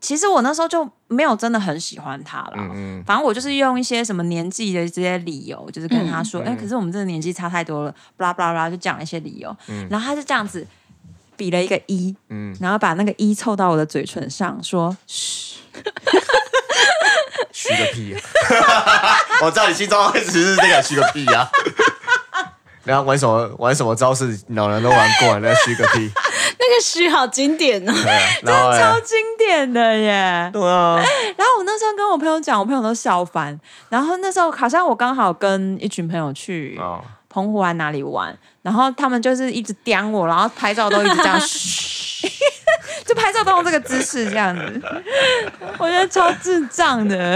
其实我那时候就没有真的很喜欢他啦。
嗯嗯，
反正我就是用一些什么年纪的这些理由，就是跟
嗯
他说，哎、可是我们这个年纪差太多了，巴拉巴拉巴拉，就讲一些理由。然后他就这样子比了一个一，
嗯
然后把那个一凑到我的嘴唇上，说，
虚个 屁、啊，我知道你心中一直是这个虚个屁啊。然后玩什么玩什么招式，老人都玩过，那虚个屁，
那个虚好经典哦。
对啊，然后
超
嘞
经典的耶。
对啊，
然后我那时候跟我朋友讲，我朋友都笑翻。然后那时候好像我刚好跟一群朋友去
哦，
澎湖啊湾哪里玩，然后他们就是一直刁我，然后拍照都一直这 样， 嘘就拍照都用这个姿势这样子，我觉得超智障的。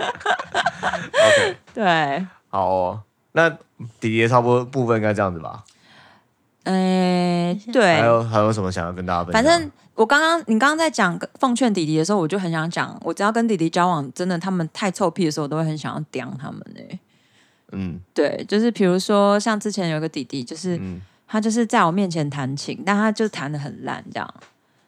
OK
对，哎、
好哦，那弟弟的差不多部分应该这样子吧。还
对，
有还有什么想要跟大家分享？
反正。我刚刚你刚刚在讲奉劝弟弟的时候，我就很想讲，我只要跟弟弟交往，真的他们太臭屁的时候，我都会很想要刁他们哎、
嗯
对，就是比如说像之前有一个弟弟，就是、
嗯，
他就是在我面前弹琴，但他就弹的很烂这
哦
样。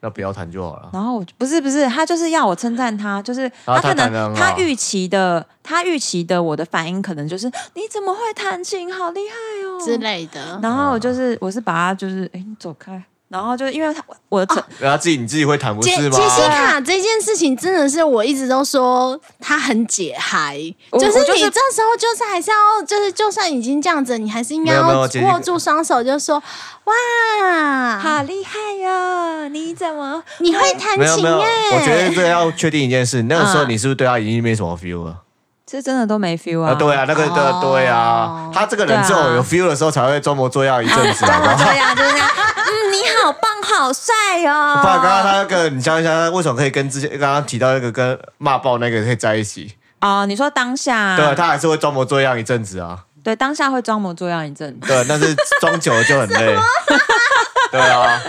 那不要弹就好了。
然后我就不是不是，他就是要我称赞他，就是他可
啊然后他弹得
能
很好
他预期的他预期的我的反应可能就是你怎么会弹琴，好厉害哦
之类的。
然后我就是我是把他就是哎你走开，然后就因为他我我的、
然啊后自己你自己会弹不
杰
是吗
杰？西卡这件事情真的是我一直都说她很解嗨，
我
就是
我就
你
是
这时候就是还是要就是就算已经这样子，你还是应该
没有没
要
有杰西卡
握住双手，就说哇，
好厉害哟、你怎么
你会弹
没有
琴
没有，我觉
耶
得！这要确定一件事，那个时候
嗯
你是不是对他已经没什么 feel 了？
这真的都没 feel 啊？
啊，对啊，那个
哦
对对啊，他这个人只
对啊
有有 feel 的时候才会装模作样一阵 子。
装
啊好不
模
好
作样哦就是这样，嗯，你好棒，好帅哟、哦。
不然刚刚他那个，你想一想，他为什么可以跟之前刚刚提到那个跟骂爆那个可以在一起？
哦，你说当下
对，啊他还是会装模作样一阵子啊。
对当下会装模作样一阵子，
对，但是装久了就很累。 对啊，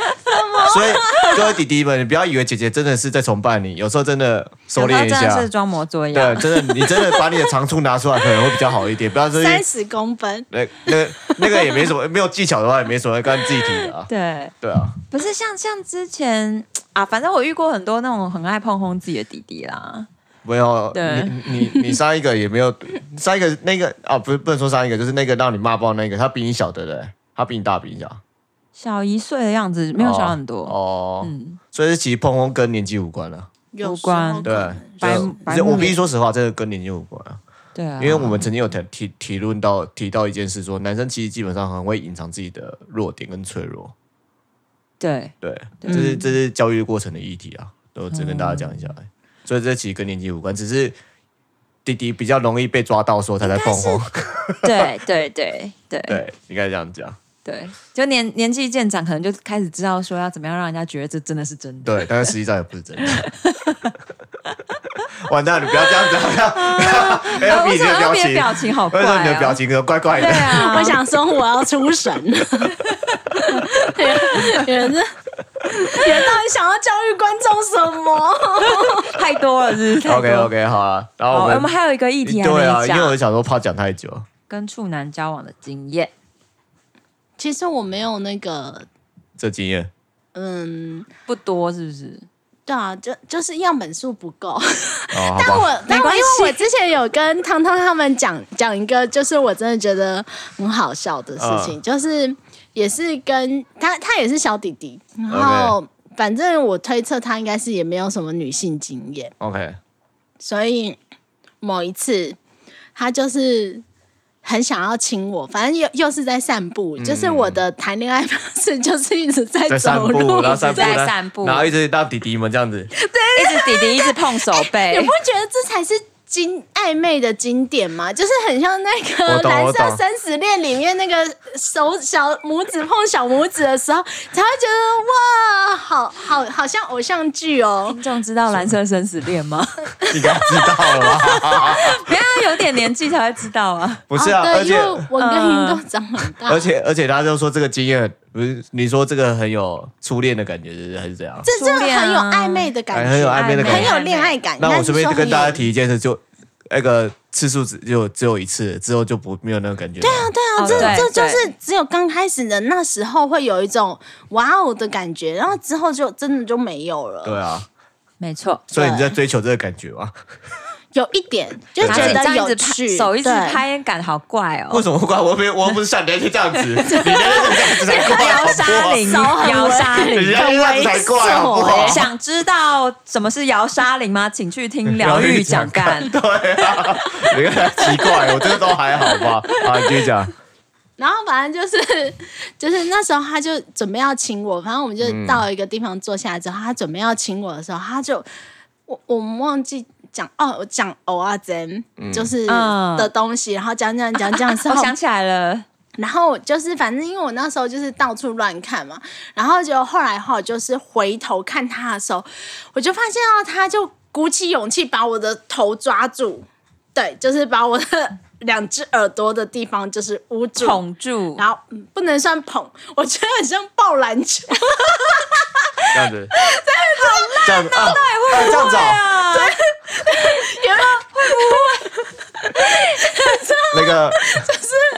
所以各位弟弟们，你不要以为姐姐真的是在崇拜你，有时候真的 收
有时候
敛一
真的
下
是。装模作
对
样，。
真的，你真的把你的长处拿出来，可能会比较好一点。不要说
三十公分，
那那那个也没什么， 没有技巧的话也没什么跟自己提的啊。
对，
对啊，
不是像像之前啊，反正我遇过很多那种很爱碰轰自己的弟弟啦。
没有
对
你你你上一个也没有，上一个那个啊，不是不能说上一个，就是那个让你骂爆那个，他比你小对不对？他比你大，比你小，
小一岁的样子，没有小很多，嗯
哦。所以其实碰碰跟年纪无关了、啊。
有时候
关
可
对
能，
白
就
白
就
目
我
也
必须说实话，这个跟年纪有关啊，
对啊，
因为我们曾经有提提提论到提到一件事说男生其实基本上很会隐藏自己的弱点跟脆弱，
对
对，
对嗯
这是这是教育过程的议题啊，我只跟大家讲一下、所以这其实跟年纪无关，只是弟弟比较容易被抓到，说他在放红。
对对对对
对，应该这样讲。
对，就年年纪渐长，可能就开始知道说要怎么样让人家觉得这真的是真的。
对，但是实际上也不是真的。 完蛋，你不要这样子，好像哎呀，
呃
比
为
你
什么要
的表
变
情，
表情好
为
怪
什么你的表
啊？
情都怪怪的
对？啊，
我想说我要出 神，有人是，有人到底想要教育观众什么？
太多了，是不 是
OK OK，好啊。然后
好，
我
我
们
们还有一个议题还
对啊，
没
因为我
讲，
想说怕讲太久，
跟处男交往的经验。
其实我没有那个，
这经验
嗯，
不多，是不是？
对啊，就就是样本数不 够。
哦，好
但
吧。
我
没
但我
关系
因为我之前有跟汤汤他们讲讲一个，就是我真的觉得很好笑的事
啊
情，就是也是跟他他也是小弟弟，然后反正我推测他应该是也没有什么女性经验，
OK，
所以某一次他就是。很想要亲我，反正又又是在散步，就是我的谈恋爱方式就是一直在
嗯在散
走
步，
路，
然后散步，
在
然后
散步
然后一直让弟弟们这样子，
一直弟弟一直碰手
你
背
不，觉得这才是经暧昧的经典吗？就是很像那个
我
《
懂
蓝
我
色
懂
生死恋》里面那个手小拇指碰小拇指的时候，才会觉得哇，好好好像偶像剧哦。
听众知道蓝色生死恋吗？
应该知道了 吧？
没有啊，有点年纪才会知道啊。
不是啊，
哦
而
对，因
且
为我啊跟
嗯
云都长很大，
而且而且大家都说这个经验，不是你说这个很有初恋的感觉，是不是还是怎样？
这这
初恋
很有
啊
暧昧的感
哎
觉，啊
很有暧昧的感
很
觉。
有恋爱感。
那我顺便跟大家
应
提一件事，就那个次数只就只有一次，之后就不没有那个感觉。对啊，对啊，
该是说很有。
哦
这这
对
就是只有刚开始的那时候会有一种哇哦的感觉，然后之后就真的就没有了。
对啊，
没错，
所以你在追求这个感觉吗？
啊有一点就
而
觉
且这
得
样
有
子拍
趣，
手一直
对
拍，感好怪哦
为。什么会怪我？没有，我又不是像你那天这样子， 你那天这样子才怪，好
摇
不
沙
好？
铃，
手很
摇沙
你
铃。
那天这样子才怪，好不好？
想知道什么是摇沙铃吗？请去听 疗愈讲干。
对啊，你看奇怪，我这个都还好吧？啊，你继续讲，
然后反正就是 就是那时候他就准备要请我，反正我们就
嗯
到一个地方坐下来之后，他准备要请我的时候，他就我我们忘记讲哦，我讲偶啊真就是
嗯
的东西，然后讲讲讲讲 之
我
后，
想起来了，
然后我就是反正因为我那时候就是到处乱看嘛，然后就后来哈，就是回头看他的时候，我就发现到他就鼓起勇气把我的头抓住，对，就是把我的两只耳朵的地方就是捂住，
捧住，
然后、嗯不能算捧，我觉得很像抱篮 球，
这样子，这样子啊，
哦
啊这样子啊。
有没有？
啊
那个，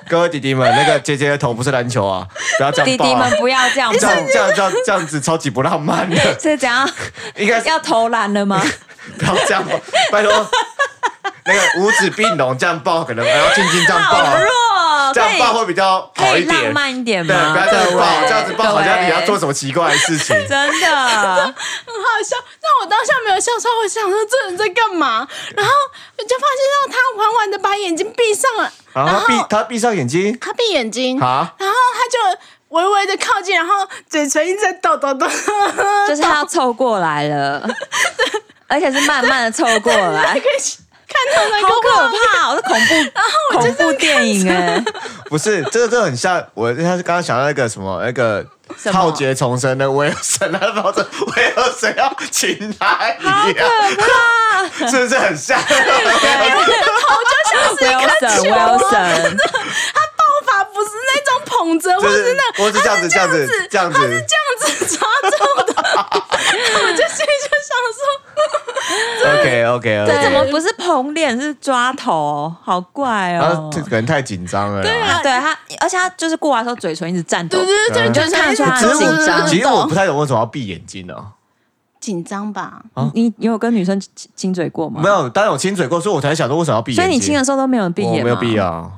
各位弟弟们，那个姐姐的头不是篮球啊，不要这
弟
样
弟
抱、啊
们。不要这样
这样
捧。
这样这样这样子超级不浪漫 的，
是怎样？
应该是
要投篮了吗？
不要这样抱，拜托。那个五指并拢这样抱，可能还要轻轻这样抱啊、
弱，
这
可
样
以
抱会比较好
可
一
以浪
点。
漫一点
对，不
吗？
要这样
各
抱，
位
这样子抱好像你要做
各位
什么奇怪的事情。
真的，
很好笑。但我当下没有笑出来，我想说这人在干嘛？然后我就发现到他缓缓的把眼睛闭上了，
然
然
后啊他闭
后
他闭上眼睛
他闭眼睛，
啊，
然后他就微微的靠近，然后嘴唇一直在抖抖抖，
就是他要凑过来了，而且是慢慢的凑过来，
可以看到那
好
个
可
画面。
怕哦！是 恐怖恐怖电影哎，
不是这个，这个很像我，他刚刚想到那个什么那个
什。么
浩劫重生的威尔森，他抱着威尔森要亲他一样， 是不是很像？
我就像是 Wilson Wilson，
抱法不是那种捧着，或
就是
那
我是这样子，这样子，这样子，
这样子抓住的，我就心里就想
OK OK
这怎
OK，
么不是捧脸是抓头？好怪
然后
哦！
啊这可能太紧张了啦。
对啊
对他，而且他就是过来的时候嘴唇一直颤抖
说，对，对对，
嗯
就是
看得出来
其
他
实
很紧
我
张
其实我不太懂为什么要闭眼睛哦呢？
紧张吧？
你你有跟女生亲亲嘴过吗？
没有，当然我亲嘴过，所以我才想说为什么要闭眼
所
睛。
以你亲的时候都没有闭
我
眼吗？
没有闭啊，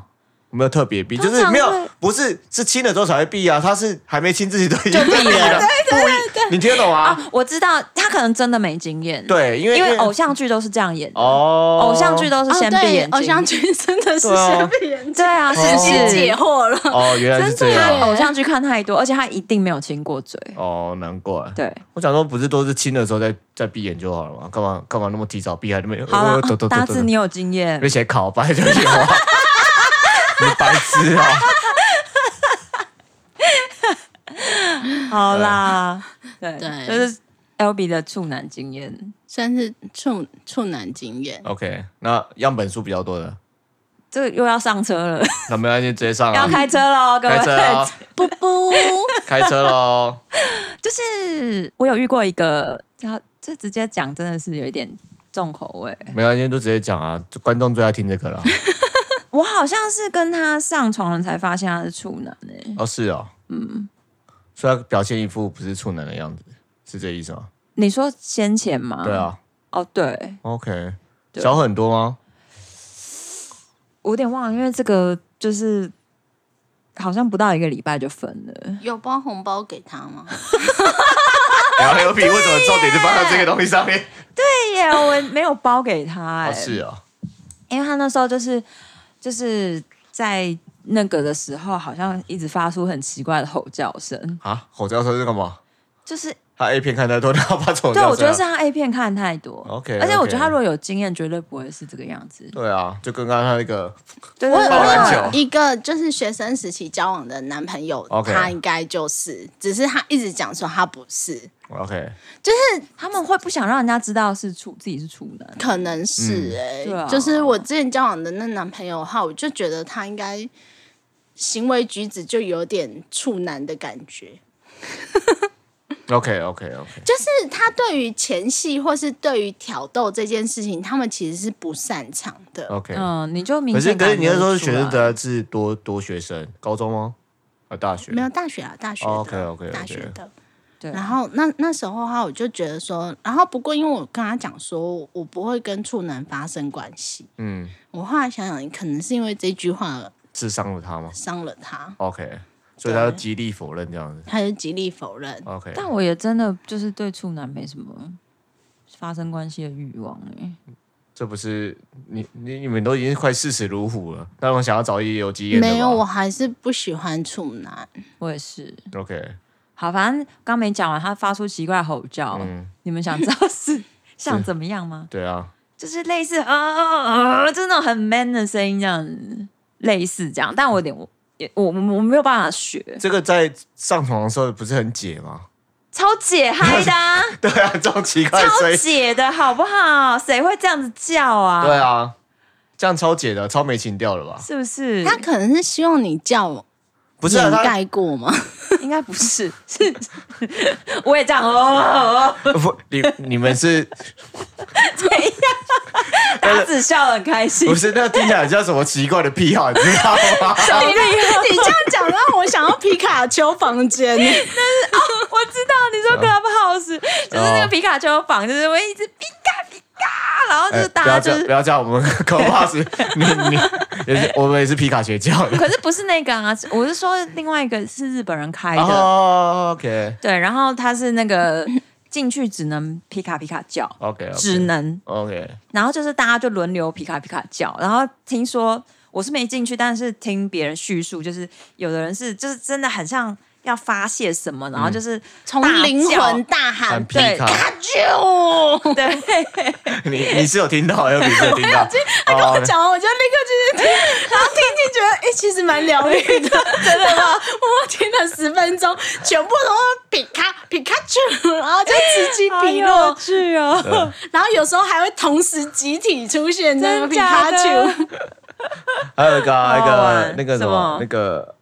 有没有特别避，就
通
是
常
没有
会，
不是是亲了之后才会避啊，他是还没亲自己都已经
避了
避了，不一，你听得懂吗？
我知道他可能真的没经验，，
对，因为
啊因为偶像剧都是这样演的，
哦，
偶像剧都是
哦，
先闭
对
眼，睛，
偶像剧真的是
对啊
先闭眼睛，
对啊，是不
哦
是
解惑了。
哦，原来是这
真的
样
啊，偶像剧看太多，而且他一定没有亲过嘴，
哦，难怪。
对。
我想说，不是都是亲的时候再再闭眼就好了吗？干嘛干嘛那么提早闭？还那么
好
呃
了
抖抖，抖
达
抖
子，你有经验
而，且考白就行 吗？你白痴啊！
好啦，对，
对
就是 L B 的处男经验，
算是处处男经验，
OK，那样本数比较多的，
这个又要上车了，
那没关系，直接上
要
啊，
开车喽，各位
开。车哦喽，
不不，
开车喽。
就是我有遇过一个，他这直接讲真的是有一点重口味。
没关系，就直接讲啊，观众最爱听这个了。
我好像是跟他上床了才发现他是处男诶、
哦，是哦，嗯，所以他表现一副不是处男的样子，是这意思吗？
你说先前吗？
对，啊
哦对，
，OK，
对
小很多 吗？
我有点忘了，因为这个就是好像不到一个礼拜就分了。
有包红包给他吗？
然后 L P 为什么重点就放在这个东西上面？
对 耶，我没有包给他、欸，
哦，是哦，
因为他那时候就是就是在那个的时候，好像一直发出很奇怪的吼叫声，
啊，吼叫声是干嘛？
就是
他 A 片看太多，然后把吼叫声啊
对我觉得是他 A 片看太多
OK，
而且我觉得
OK
他如果有经验，绝对不会是这个样子。
对啊，就跟刚刚他那个
对
我
对
抱篮
对
球
我有一个就是学生时期交往的男朋友
OK
他应该就是，只是他一直讲说他不是，
OK，
他们会不想让人家知道是处自己是处男，
可能
嗯
是哎、
对啊
就是我之前交往的那男朋友的话，我就觉得他应该行为举止就有点处男的感觉，
OK OK OK，
就是他对于前戏或是对于挑逗这件事情，他们其实是不擅长的。
OK，
嗯，你就明
可是
显
可
感
是你那时候
觉
学
得
生
出来
的是多多学生，高中吗？啊，大学
没有大学啊，大学的、
哦，OK，OK，OK
大学的。
对
然后那那时候的话，我就觉得说，然后不过因为我跟他讲说，我不会跟处男发生关系，
嗯，
我后来想想，可能是因为这句话
智商了他吗
伤了他，
？OK，所以他就极力否认这样子。
他就极力否认。
OK，
但我也真的就是对处男没什么发生关系的欲望哎、
这不是你你你们都已经快视死如虎了，那我想要找一有经验的吧
没有，我还是不喜欢处男。
我也是。
OK，
好，反正刚没讲完，他发出奇怪的吼叫，你们想知道嗯 是像怎么样吗？
对啊，
就是类似啊啊啊，就是那种很 man 的声音，这样类似这样，但我有点我也我我我没有办法学，
这个在上床的时候不是很解吗？
超解嗨的、 啊，
对啊，这种奇怪的声
超
音，
解的好不好？谁会这样子叫啊？
对啊，这样超解的，超没情调了吧？
是不是？
他可能是希望你叫
嗯不是啊，
掩
他
盖过吗？
应该不是，是 我也这样 哦，
不，你你们是
达子笑得很开心
不，是那听起来像什么奇怪的癖好，你知道 吗？
你你这样讲让我想要皮卡丘房 间，
我知道你说 Clubhouse 就是那
哦
个皮卡丘房，就是会一直皮卡皮卡，然后就是
哎
大
不要
家就
这样，
是
不要这样，我们 恐怕是你你也是我们也是皮卡学教 的。
可是不是那个啊，我是说另外一个是日本人开的，
哦，OK
对，然后他是那个进去只能皮卡皮卡叫，
OK，
只能，啊
OK
然后就是大家就轮流皮卡皮卡叫，然后听说我是没进去，但是听别人叙述，就是有的人是就是真的很像要发泄什么，
嗯
然后就是
从
大叫
灵魂大喊
喊皮卡，
就。
对。
你你是有听到，有你是有 听到，他
跟我讲完，我就立刻去听，然后听听觉得，哎、其实蛮疗愈的， 真的吗？我听了十分钟，全部都是皮卡皮卡丘，然后就此起
哎
彼落，
趣哦！
哎
哎
然后有时候还会同时集体出现那个
真
皮
假
卡
的
丘，
还有一个啊那
好
个
玩
那个什
什么
么那个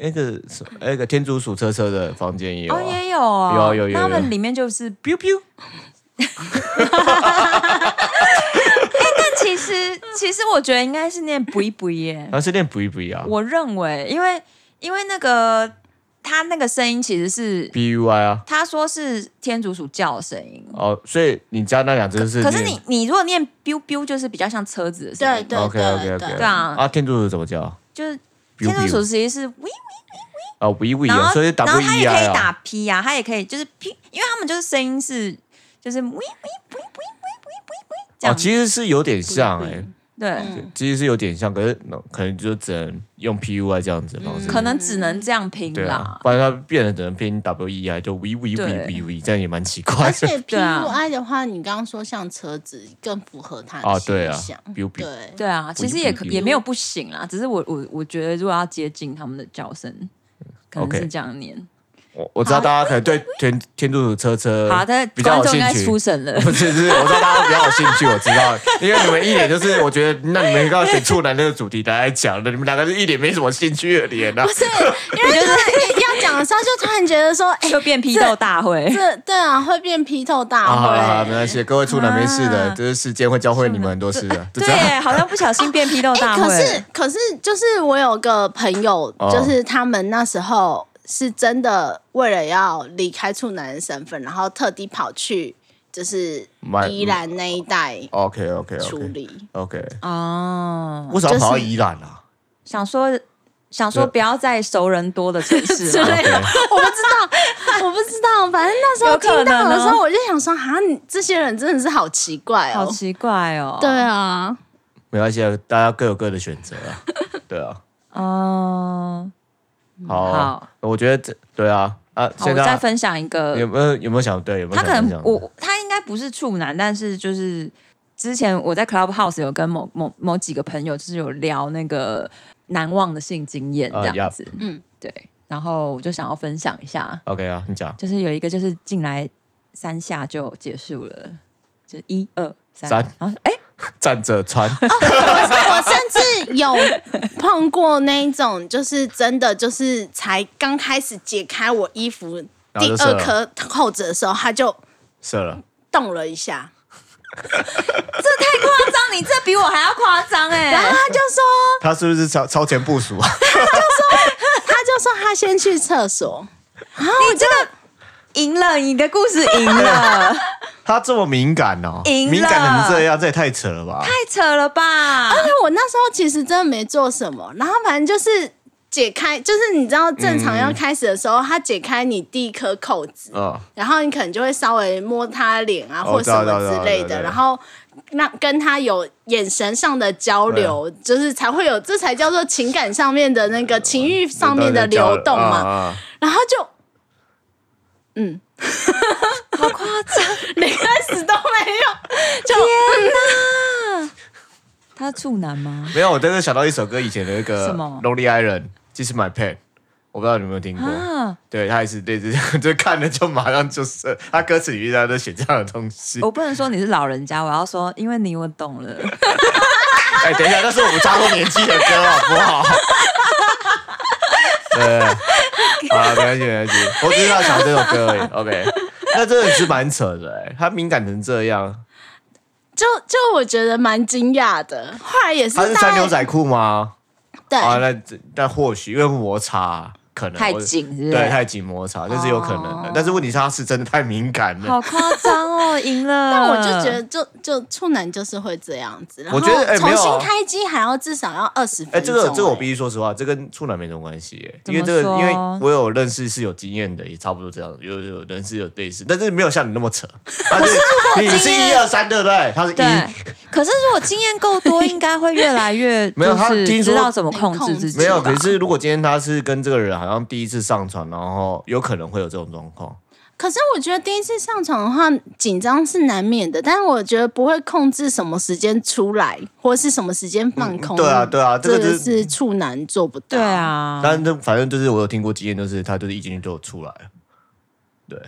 那个什么那个天竺鼠车车的房间也有
哦，
啊，
也有哦，
有啊有有有
那他们里面就是 biu biu。哎，但其实其实我觉得应该是念 biu biu 耶
然，后是念不一不一啊
我认为，因为因为那个他那个声音其实是
，B U I 啊，
他说是天竺鼠叫的声音，
哦，所以你家那两只是
可是
念
你你如果念 biu biu 就是比较像车子的声
对
音，
对
OK
对
OK
对
OK，
对啊
啊，天竺鼠怎么叫？
就是
biu
天竺鼠
biu
其实是 we
啊，we we
然
啊，
后
所以
然后它也
W E
可以
I
打
啊，
P 呀、它也可以就是 P，因为他们就是声音是就是 we we we we we we we 这
哦，
样，
其实是有点像哎、
对。
嗯
其实是有点像，可是嗯可能就只能用 P U I 这样子的方
嗯
式，
可能只能这样拼
对啊
啦，，
不然它变得只能拼 W E I，就 we we we
对
we we，这样也蛮奇怪
而
的。
且 P
对啊
U I 的话，你刚刚说像车子更符合它
啊
的
对啊
形象，
biu biu
对
对啊，其实也可
不一定
也没有不行啦，只是我我我觉得如果要接近他们的叫声，可能
OK
是这样念。
我我知道大家可能对天天竺鼠车车
好的，
呃比较
观
有
众应
兴
该
趣，
出神了。
不是，是我知道大家比较有兴趣，我知道，因为你们一脸就是，我觉得那你们刚刚选处男那个主题来讲的，你们两个是一脸没什么兴趣的脸 啊。
因为就是要讲的时候，就突然觉得说，哎、
就变批斗大会，
这对啊，会变批斗
啊，好了，
大
好了
会。
没关系，各位处男没事的，
啊
就是时间会教会你们很多事的，就
对
这样。
耶，好像不小心变批斗
哎、
大会。
可是可是，就是我有个朋友，
哦
就是他们那时候是真的为了要离开处男的身份，然后特地跑去就是
买
宜兰那一带
OK OK
处
OK
理。
OK，
哦，
为什么跑到宜兰啊？
想说想说
对
不要在熟人多的城 市嘛，
OK
我不知道，我不知道，反正那时候
有可
听到
能
的
哦
时候，我就想说，哈，你这些人真的是好奇怪
好
哦。
奇怪哦。
对，啊，
没关系，啊，大家各有各的选择啊。对 啊，
哦，
好啊
好，
我觉得这对啊啊，
好，我
现
再
在
分享一个
有没有有没有想对有没有
呃他可
想分
能
享的？
我他应该不是处男，但是就是之前我在 Clubhouse 有跟某某某几个朋友就是有聊那个难忘的性经验
啊
这样子，
嗯
嗯，对，然后我就想要分享一下，
OK 啊，你讲
就是有一个就是进来三下就结束了，就是一二三，
三
然后哎、
站着穿，
我甚至有碰过那一种，就是真的就是才刚开始解开我衣服
然后
第
就
二
射了
颗扣子的时候，他就
射了。
动了一下，
夸张，你这比我还要夸张哎、
然后他就说，
他是不是超超前部署啊？
他就说他先去厕所，
赢了，你的故事赢了，
他这么敏感哦，
赢了
敏感成这样，这也太扯了吧？
太扯了 吧？
因为我那时候其实真的没做什么，然后反正就是。解开就是你知道正常要开始的时候，他解开你第一颗扣子，
嗯，
然后你可能就会稍微摸他脸啊，
哦
或什
知道知
么
道
之
知
类
道知道
的，然后让跟他有眼神上的交流，就是才会有，这才叫做情感上面的那个情欲上面的流动嘛。
啊。
然后就
好夸张，
连开始都没有，就嗯
他是处男吗？
没有，我真的想到一首歌，以前的那个
什么
Lonely Island，其实 My Pen，我不知道你有没有听过。
啊，
对他也是类似这样，就看了就马上就是他歌词里面他都写这样的东西。
我不能说你是老人家，我要说，因为你我懂 了。
哎、等一下，那是我们差不多年纪的歌，啊好不好？ 对，啊，没关系，没关系，我只是要想这首歌而已。OK，那 真的是蛮扯的、哎，他敏感成这样，
就就我觉得蛮惊讶的。后来也是
他是
大
穿
概
牛仔裤吗？
对，
啊，那这那或许因为摩擦可能
太
我
紧是哦不是
对，太紧摩擦，这是有可能的。但是问题是他是真的太敏感了。
好夸张 哦，赢了。
但我就觉得就，就处男就是会这样子，然后
我觉得哎没
重
有啊
新开机还要至少要二十分钟、
哎、这个这个我必
哎
须说实话，这跟处男没什么关系耶，
欸怎
因
么
为这个
说
因为我有认识是有经验的，也差不多这样，有有人是有类似，但是没有像你那么扯。 他是你是一二三对不对？他是一，
对，可是如果经验够多，应该会越来越
没有
就
他
是
听说
知道怎么控制自己啊吧。
没有。可是如果今天他是跟这个人好像第一次上床，然后有可能会有这种状况。
可是我觉得第一次上床的话，紧张是难免的，但是我觉得不会控制什么时间出来，或是什么时间放空。
嗯对啊对啊这
这
个就是
是处男做不到。
对，啊，
但是反正就是我有听过经验，就是他就是一进去就出来了。对，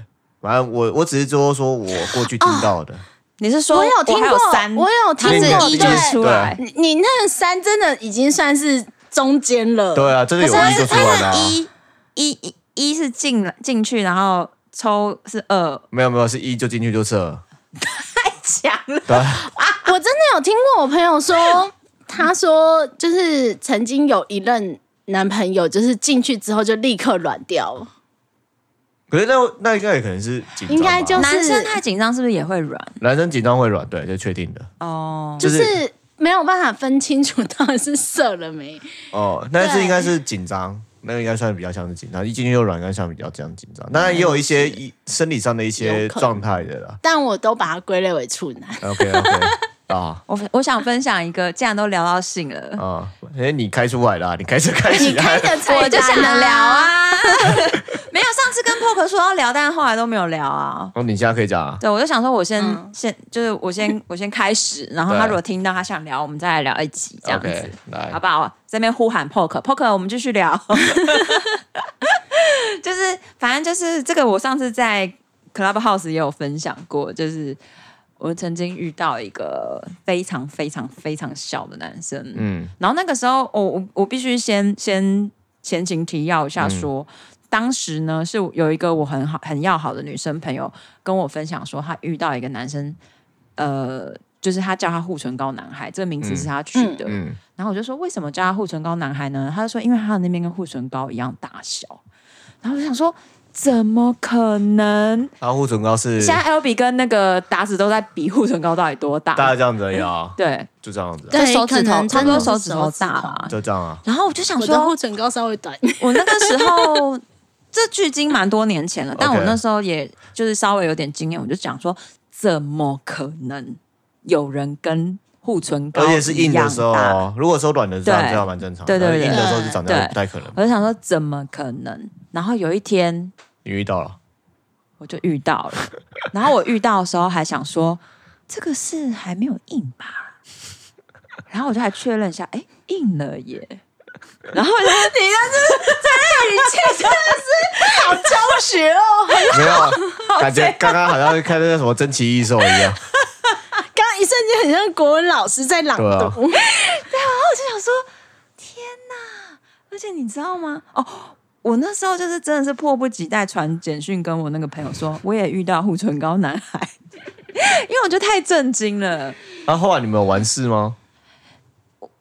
反正我我只是说说我过去听到的，
你是说
我有听
还
过
三，，
我有
他
听
是
过，
一就
对，
出来，
你你那个三真的已经算是中间了。
对啊，真的有
可
意就是出来了、
他
啊
是。一一一一是进来进去，然后抽是二，
没有没有，是一就进去就射。
太强了。
对，啊
我真的有听过我朋友说，他说就是曾经有一任男朋友，就是进去之后就立刻软掉，
可是那那应该也可能是紧张吧，
应该就是
男生太紧张是不是也会软？
男生紧张会软，对，这确定的。
哦，
就是是没有办法分清楚到底是射了没。
哦，那是应该是紧张，那个应该算比较像是紧张，一进去就软，应该算比较这样紧张。当然也有一些一生理上的一些
有可能
状态的啦。
但我都把它归类为处男。
OK OK 啊
我我想分享一个，既然都聊到性了，
啊，哎、你开出来啦，你开车开起
你
来
开
了，
的菜单、
我就想聊，啊。 没有，上次跟 Poker 说要聊，但后来都没有聊啊。
哦，你现在可以讲啊。
对，我就想说，我先、
嗯
先就是我先我先开始，然后
对
他如果听到他想聊，我们再来聊一集这样子
OK，来
好不好？这边呼喊 Poker Poker，我们继续聊。 就是反正就是这个，我上次在 Clubhouse 也有分享过，就是我曾经遇到一个非常非常非常小的男生，
嗯，
然后那个时候，我我我必须先先前情提要一下说，当时呢是有一个我很好很要好的女生朋友跟我分享说，她遇到一个男生，呃，就是她叫他护唇膏男孩，这个名字是她取的。
嗯嗯
然后我就说为什么叫他护唇膏男孩呢？他就说因为他的那边跟护唇膏一样大小。然后我就想说。怎么可能？
然后护唇膏是
现在 L B 跟那个达子都在比护唇膏到底多大？
大概这样子而已啊，
对，
就这样子啊、
对
就手指
可
头
能
差不多
真的
手
是
指头
手指
大
头
啦。
就这样啊。
然后我就想
我
说
的，护唇膏稍微 短，
我那个时 候，这距今蛮多年前了，但我
OK
那时候也就是稍微有点经验，我就讲说，怎么可能有人跟护唇膏
而且是硬
一样
的时候
大
哦，如果说软的这样，
对
这样蛮正常
对
的。
对
但是
对
硬的时候
对
就长这样
对
不太可能。
我就想说，怎么可能？然后有一天
你遇到了，
我就遇到了，然后我遇到的时候还想说，这个是还没有硬吧？然后我就还确认一下，哎，硬了耶。然后我就你那是
好教学哦。
没 有？啊感觉刚刚好像看那个什么珍奇异兽一 样。
刚刚一瞬间很像国文老师在朗读，
我想说，天哪！ 而且你知道吗？哦，我那时候就是真的是迫不及待传简讯跟我那个朋友说，我也遇到护唇膏男孩， 因为我觉得太震惊了。
然啊后后来你们有完事吗？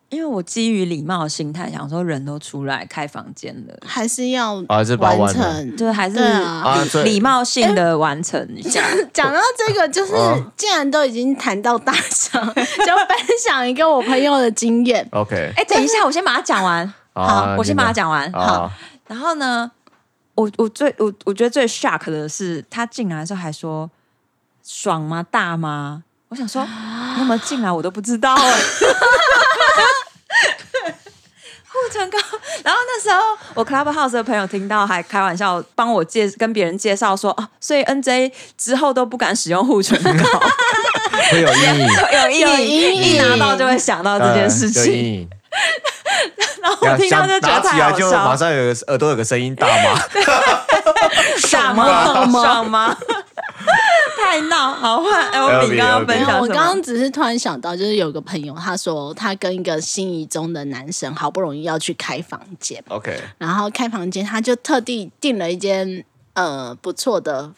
因为我基于礼貌的心态，想说人都出来开房间了，
哦还是要
还是把它
完
完了
成。
就是还是
对啊
啊
礼
对
礼貌性的完成一下。
讲到这个，就是
嗯
既然都已经谈到大 小，就分享一个我朋友的经验。
OK，
哎、等一下，我先把它讲完。
好
好，我先把它
啊你讲
讲完。好，
啊，
然后呢，我我最我我觉得最 shock 的是，他进来的时候还说爽吗？大吗？我想 说，你有没有进来我都不知道 哎、护唇膏，然后那时候我 Clubhouse 的朋友听到，还开玩笑帮我介跟别人介绍说，哦，所以 NJ 之后都不敢使用护唇膏，
会 有阴影，
有阴
有阴
影，
影
一拿到就会想到 这件事
嗯当然有
情。
阴影。
然后 我听到就觉得
拿起
太
来
好
就
笑
马
了，
上有个耳朵有个声音大 骂，
爽
爽
吗？
吗
爽吗？ 太闹，好换 L B
LB
刚刚分
没
享什
有，
么？
我刚刚只是突然想到，就是有个朋友，他说他跟一个心仪中的男生好不容易要去开房间，
OK，
然后开房间他就特地订了一间呃不错的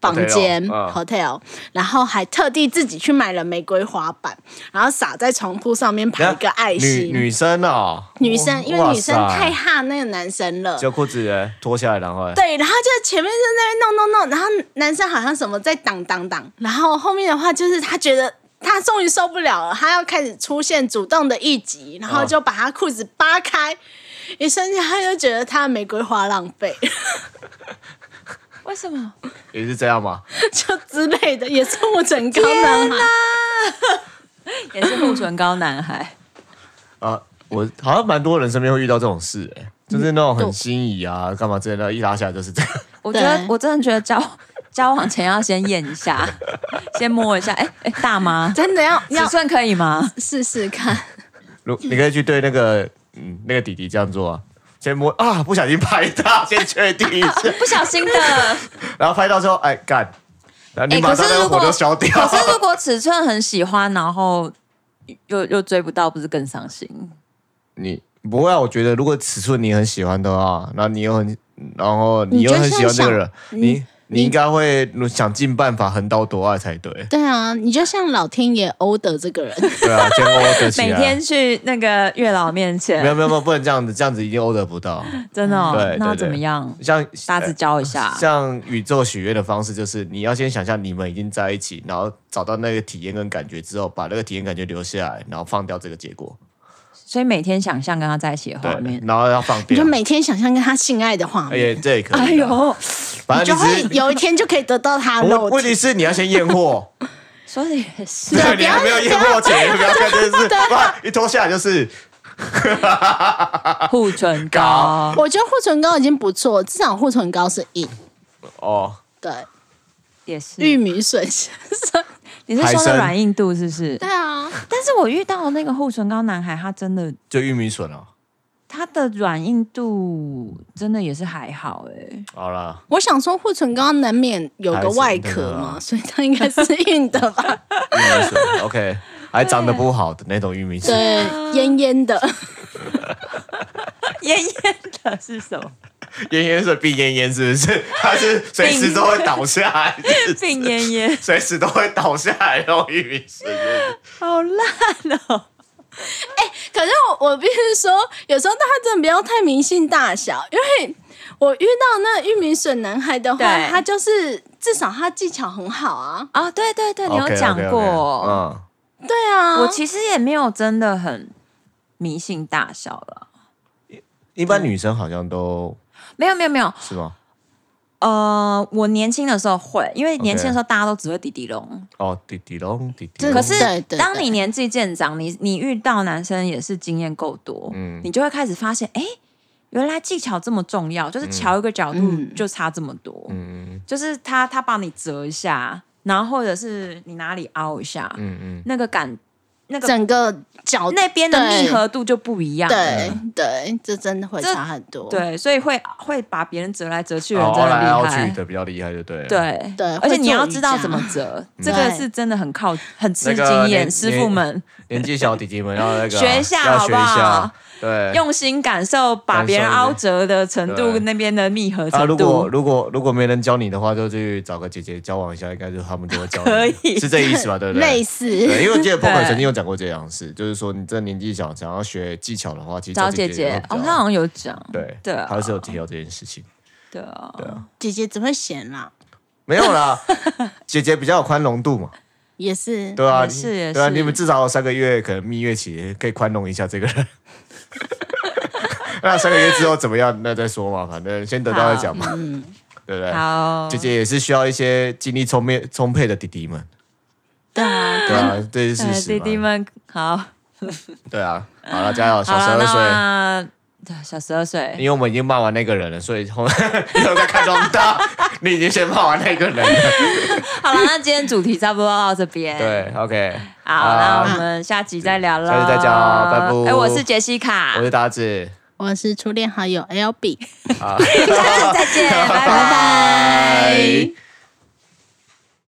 房间
Hotel，嗯
hotel，然后还特地自己去买了玫瑰花瓣，然后撒在床铺上面
等
排
下
一个爱
女
心。
女生哦，
女生，因为
哇
女生
塞
太怕那个男生了，
就裤子欸脱下来，然后欸
对，然后就前面就在那边弄弄弄，然后男生好像什么在挡挡挡，然后后面的话就是他觉得他终于受不了了，他要开始出现主动的一击，然后
啊
就把他裤子扒开，一瞬间他就觉得他的玫瑰花浪费
为什么？
也是这样嘛。
就之类的，也是我整个男孩。
也是护唇膏男孩，
啊，我好像蛮多人身边会遇到这种事，哎，就是那种很心仪啊，干嘛之类的，一拉下来就是这样。
我觉得
对
我真的觉得交交往前要先验一下， 先摸一下，哎哎，大吗？
真的要
尺
要
寸可以吗？
试试看，
如你可以去对那个嗯那个弟弟这样做啊，先摸啊，不小心拍 到，先确定一下，
不小心的。
然后拍到之后，哎干，然后你
哎，
马
可
上
是
那个
如
火
果
都消掉。
可是如果尺寸很喜欢，然后又又追不到，不是更伤心？
你不会啊？我觉得如果尺寸你很喜欢的话，然后你又很，然后你又很喜欢这个人，你你应该会想尽办法横刀夺爱才 对。
对啊，你就像老天爷欧德这个人，
对啊，先 order 起来。
每天去那个月老面
没有
前，
没有没有，不能这样子，这样子一定 order 不到。
真的、哦
对对
那
对啊
怎么样？
像呃
大致教一下，
像宇宙许愿的方式，就是你要先想象你们已经在一起，然后找到那个体验跟感觉之后，把那个体验感觉留下来，然后放掉这个结果。
所以每天想象跟他在一起的
对
画面，。
然后要放
你
掉
就。每天想象跟他性爱的画
而
面，
且这也可以。啊
哎，呦，
反
你就
正
会
你只是
有一天就可以得到他的
问
肉
问
体。
题是你要先验货，
说的也是，
对
对，你还没有验货前，不要干这件事，哇，一脱下来就是
护唇膏，
我觉得护唇膏已经不错，至少护唇膏是硬。
哦，
对，
也是。
玉米笋先生。
你是
海
说
参
的软硬度是不是？
对啊，
但是我遇到的那个护唇膏男孩，他真的
就玉米笋哦。
他的软硬度真的也是还好哎、欸，
好啦，
我想说护唇膏难免有个外壳嘛，
还
所以它应该是硬的吧？
玉米笋，OK，还长得不好的那种玉米笋。
对，烟烟的。
烟烟的是什么？
烟烟水病烟烟是不是？ 它是随时都会倒下来，是不是
病烟烟，
随时都会倒下来哦那种玉米笋。
好烂哦！
可是我我必须说，有时候大家真的不要太迷信大小，因为我遇到那玉米笋男孩的话，
对
他就是至少他技巧很好啊。
啊、对对对，你有
OK，OK，OK，
讲过
嗯，
对啊，
我其实也没有真的很迷信大小了，
一般女生好像都
没有没有没有，
是吗？
呃，我年轻的时候会，因为年
OK
轻的时候大家都只会滴滴龙。
哦，滴滴隆滴滴
这
隆，
可是
对对
当
对
你年纪渐长，你你遇到男生也是经验够多，
嗯
你就会开始发现，哎、原来技巧这么重要，就是瞧一个角度
嗯
就差这么多，
嗯
就是他他帮你折一下，然后或者是你哪里凹一下，
嗯嗯，
那个感那个
整个脚
那边的密合度就不一样，
对对，这真的会
这
差很多。
对，所以会会把别人折来折去的人
哦
真
凹来
的
凹
厉
去
害，
的比较厉害，就对了。
对
对
而且你要
会做瑜
知道
伽
怎么折，这
对
个是真的很靠很吃
嗯那个
经
你
验，师
你
傅们
年纪小弟弟们要那个 啊
学一下
要
好
学
不
一
好
下，对。
用心感受把别人
感受
凹折的程度
对
跟那边的密合
啊，
程
如
度
果。如果如果没人教你的话，就去找个姐姐交往一下，应该就他们就会教 你，
可以
是这意思吧？对不对？
类似
对，因为我记得 p o
对
曾经有讲过这样的 事，就是说你这年纪小，想要学技巧的话，其实
找
姐
姐姐
会比较
哦，他好像有讲，
对
对啊
他是有提到这件事情，
对啊，
姐姐只会嫌啊啦，
没有 啦，姐姐比较有宽容度嘛，
也是
对啊，
也是也
对啊，
是
你们至少有三个月可能蜜月期可以宽容一下这个 人。那三个月之后怎么样？那再说嘛，反正先得到再讲嘛，对不对？
啊嗯好，
姐姐也是需要一些精力充沛充沛的弟弟们，
对啊。
对啊，这是
对
事
嗯
实
哎弟
嘛
弟们好，
对啊，好了，加油，
好
小十
了，
二岁。
那对小十二
因
岁，
为我们已经骂完那个人了，所以后面 没有在看中 他，你已经先骂完那个人了。
好 了，那今天主题差不多到这边，，
对，OK，
好，
啊
那我们下集再聊了，
下集再见哦拜拜
哎，我是杰西卡
我，是达子，
我是初恋好友 L B。
下
啊，
次再见，拜拜。
拜。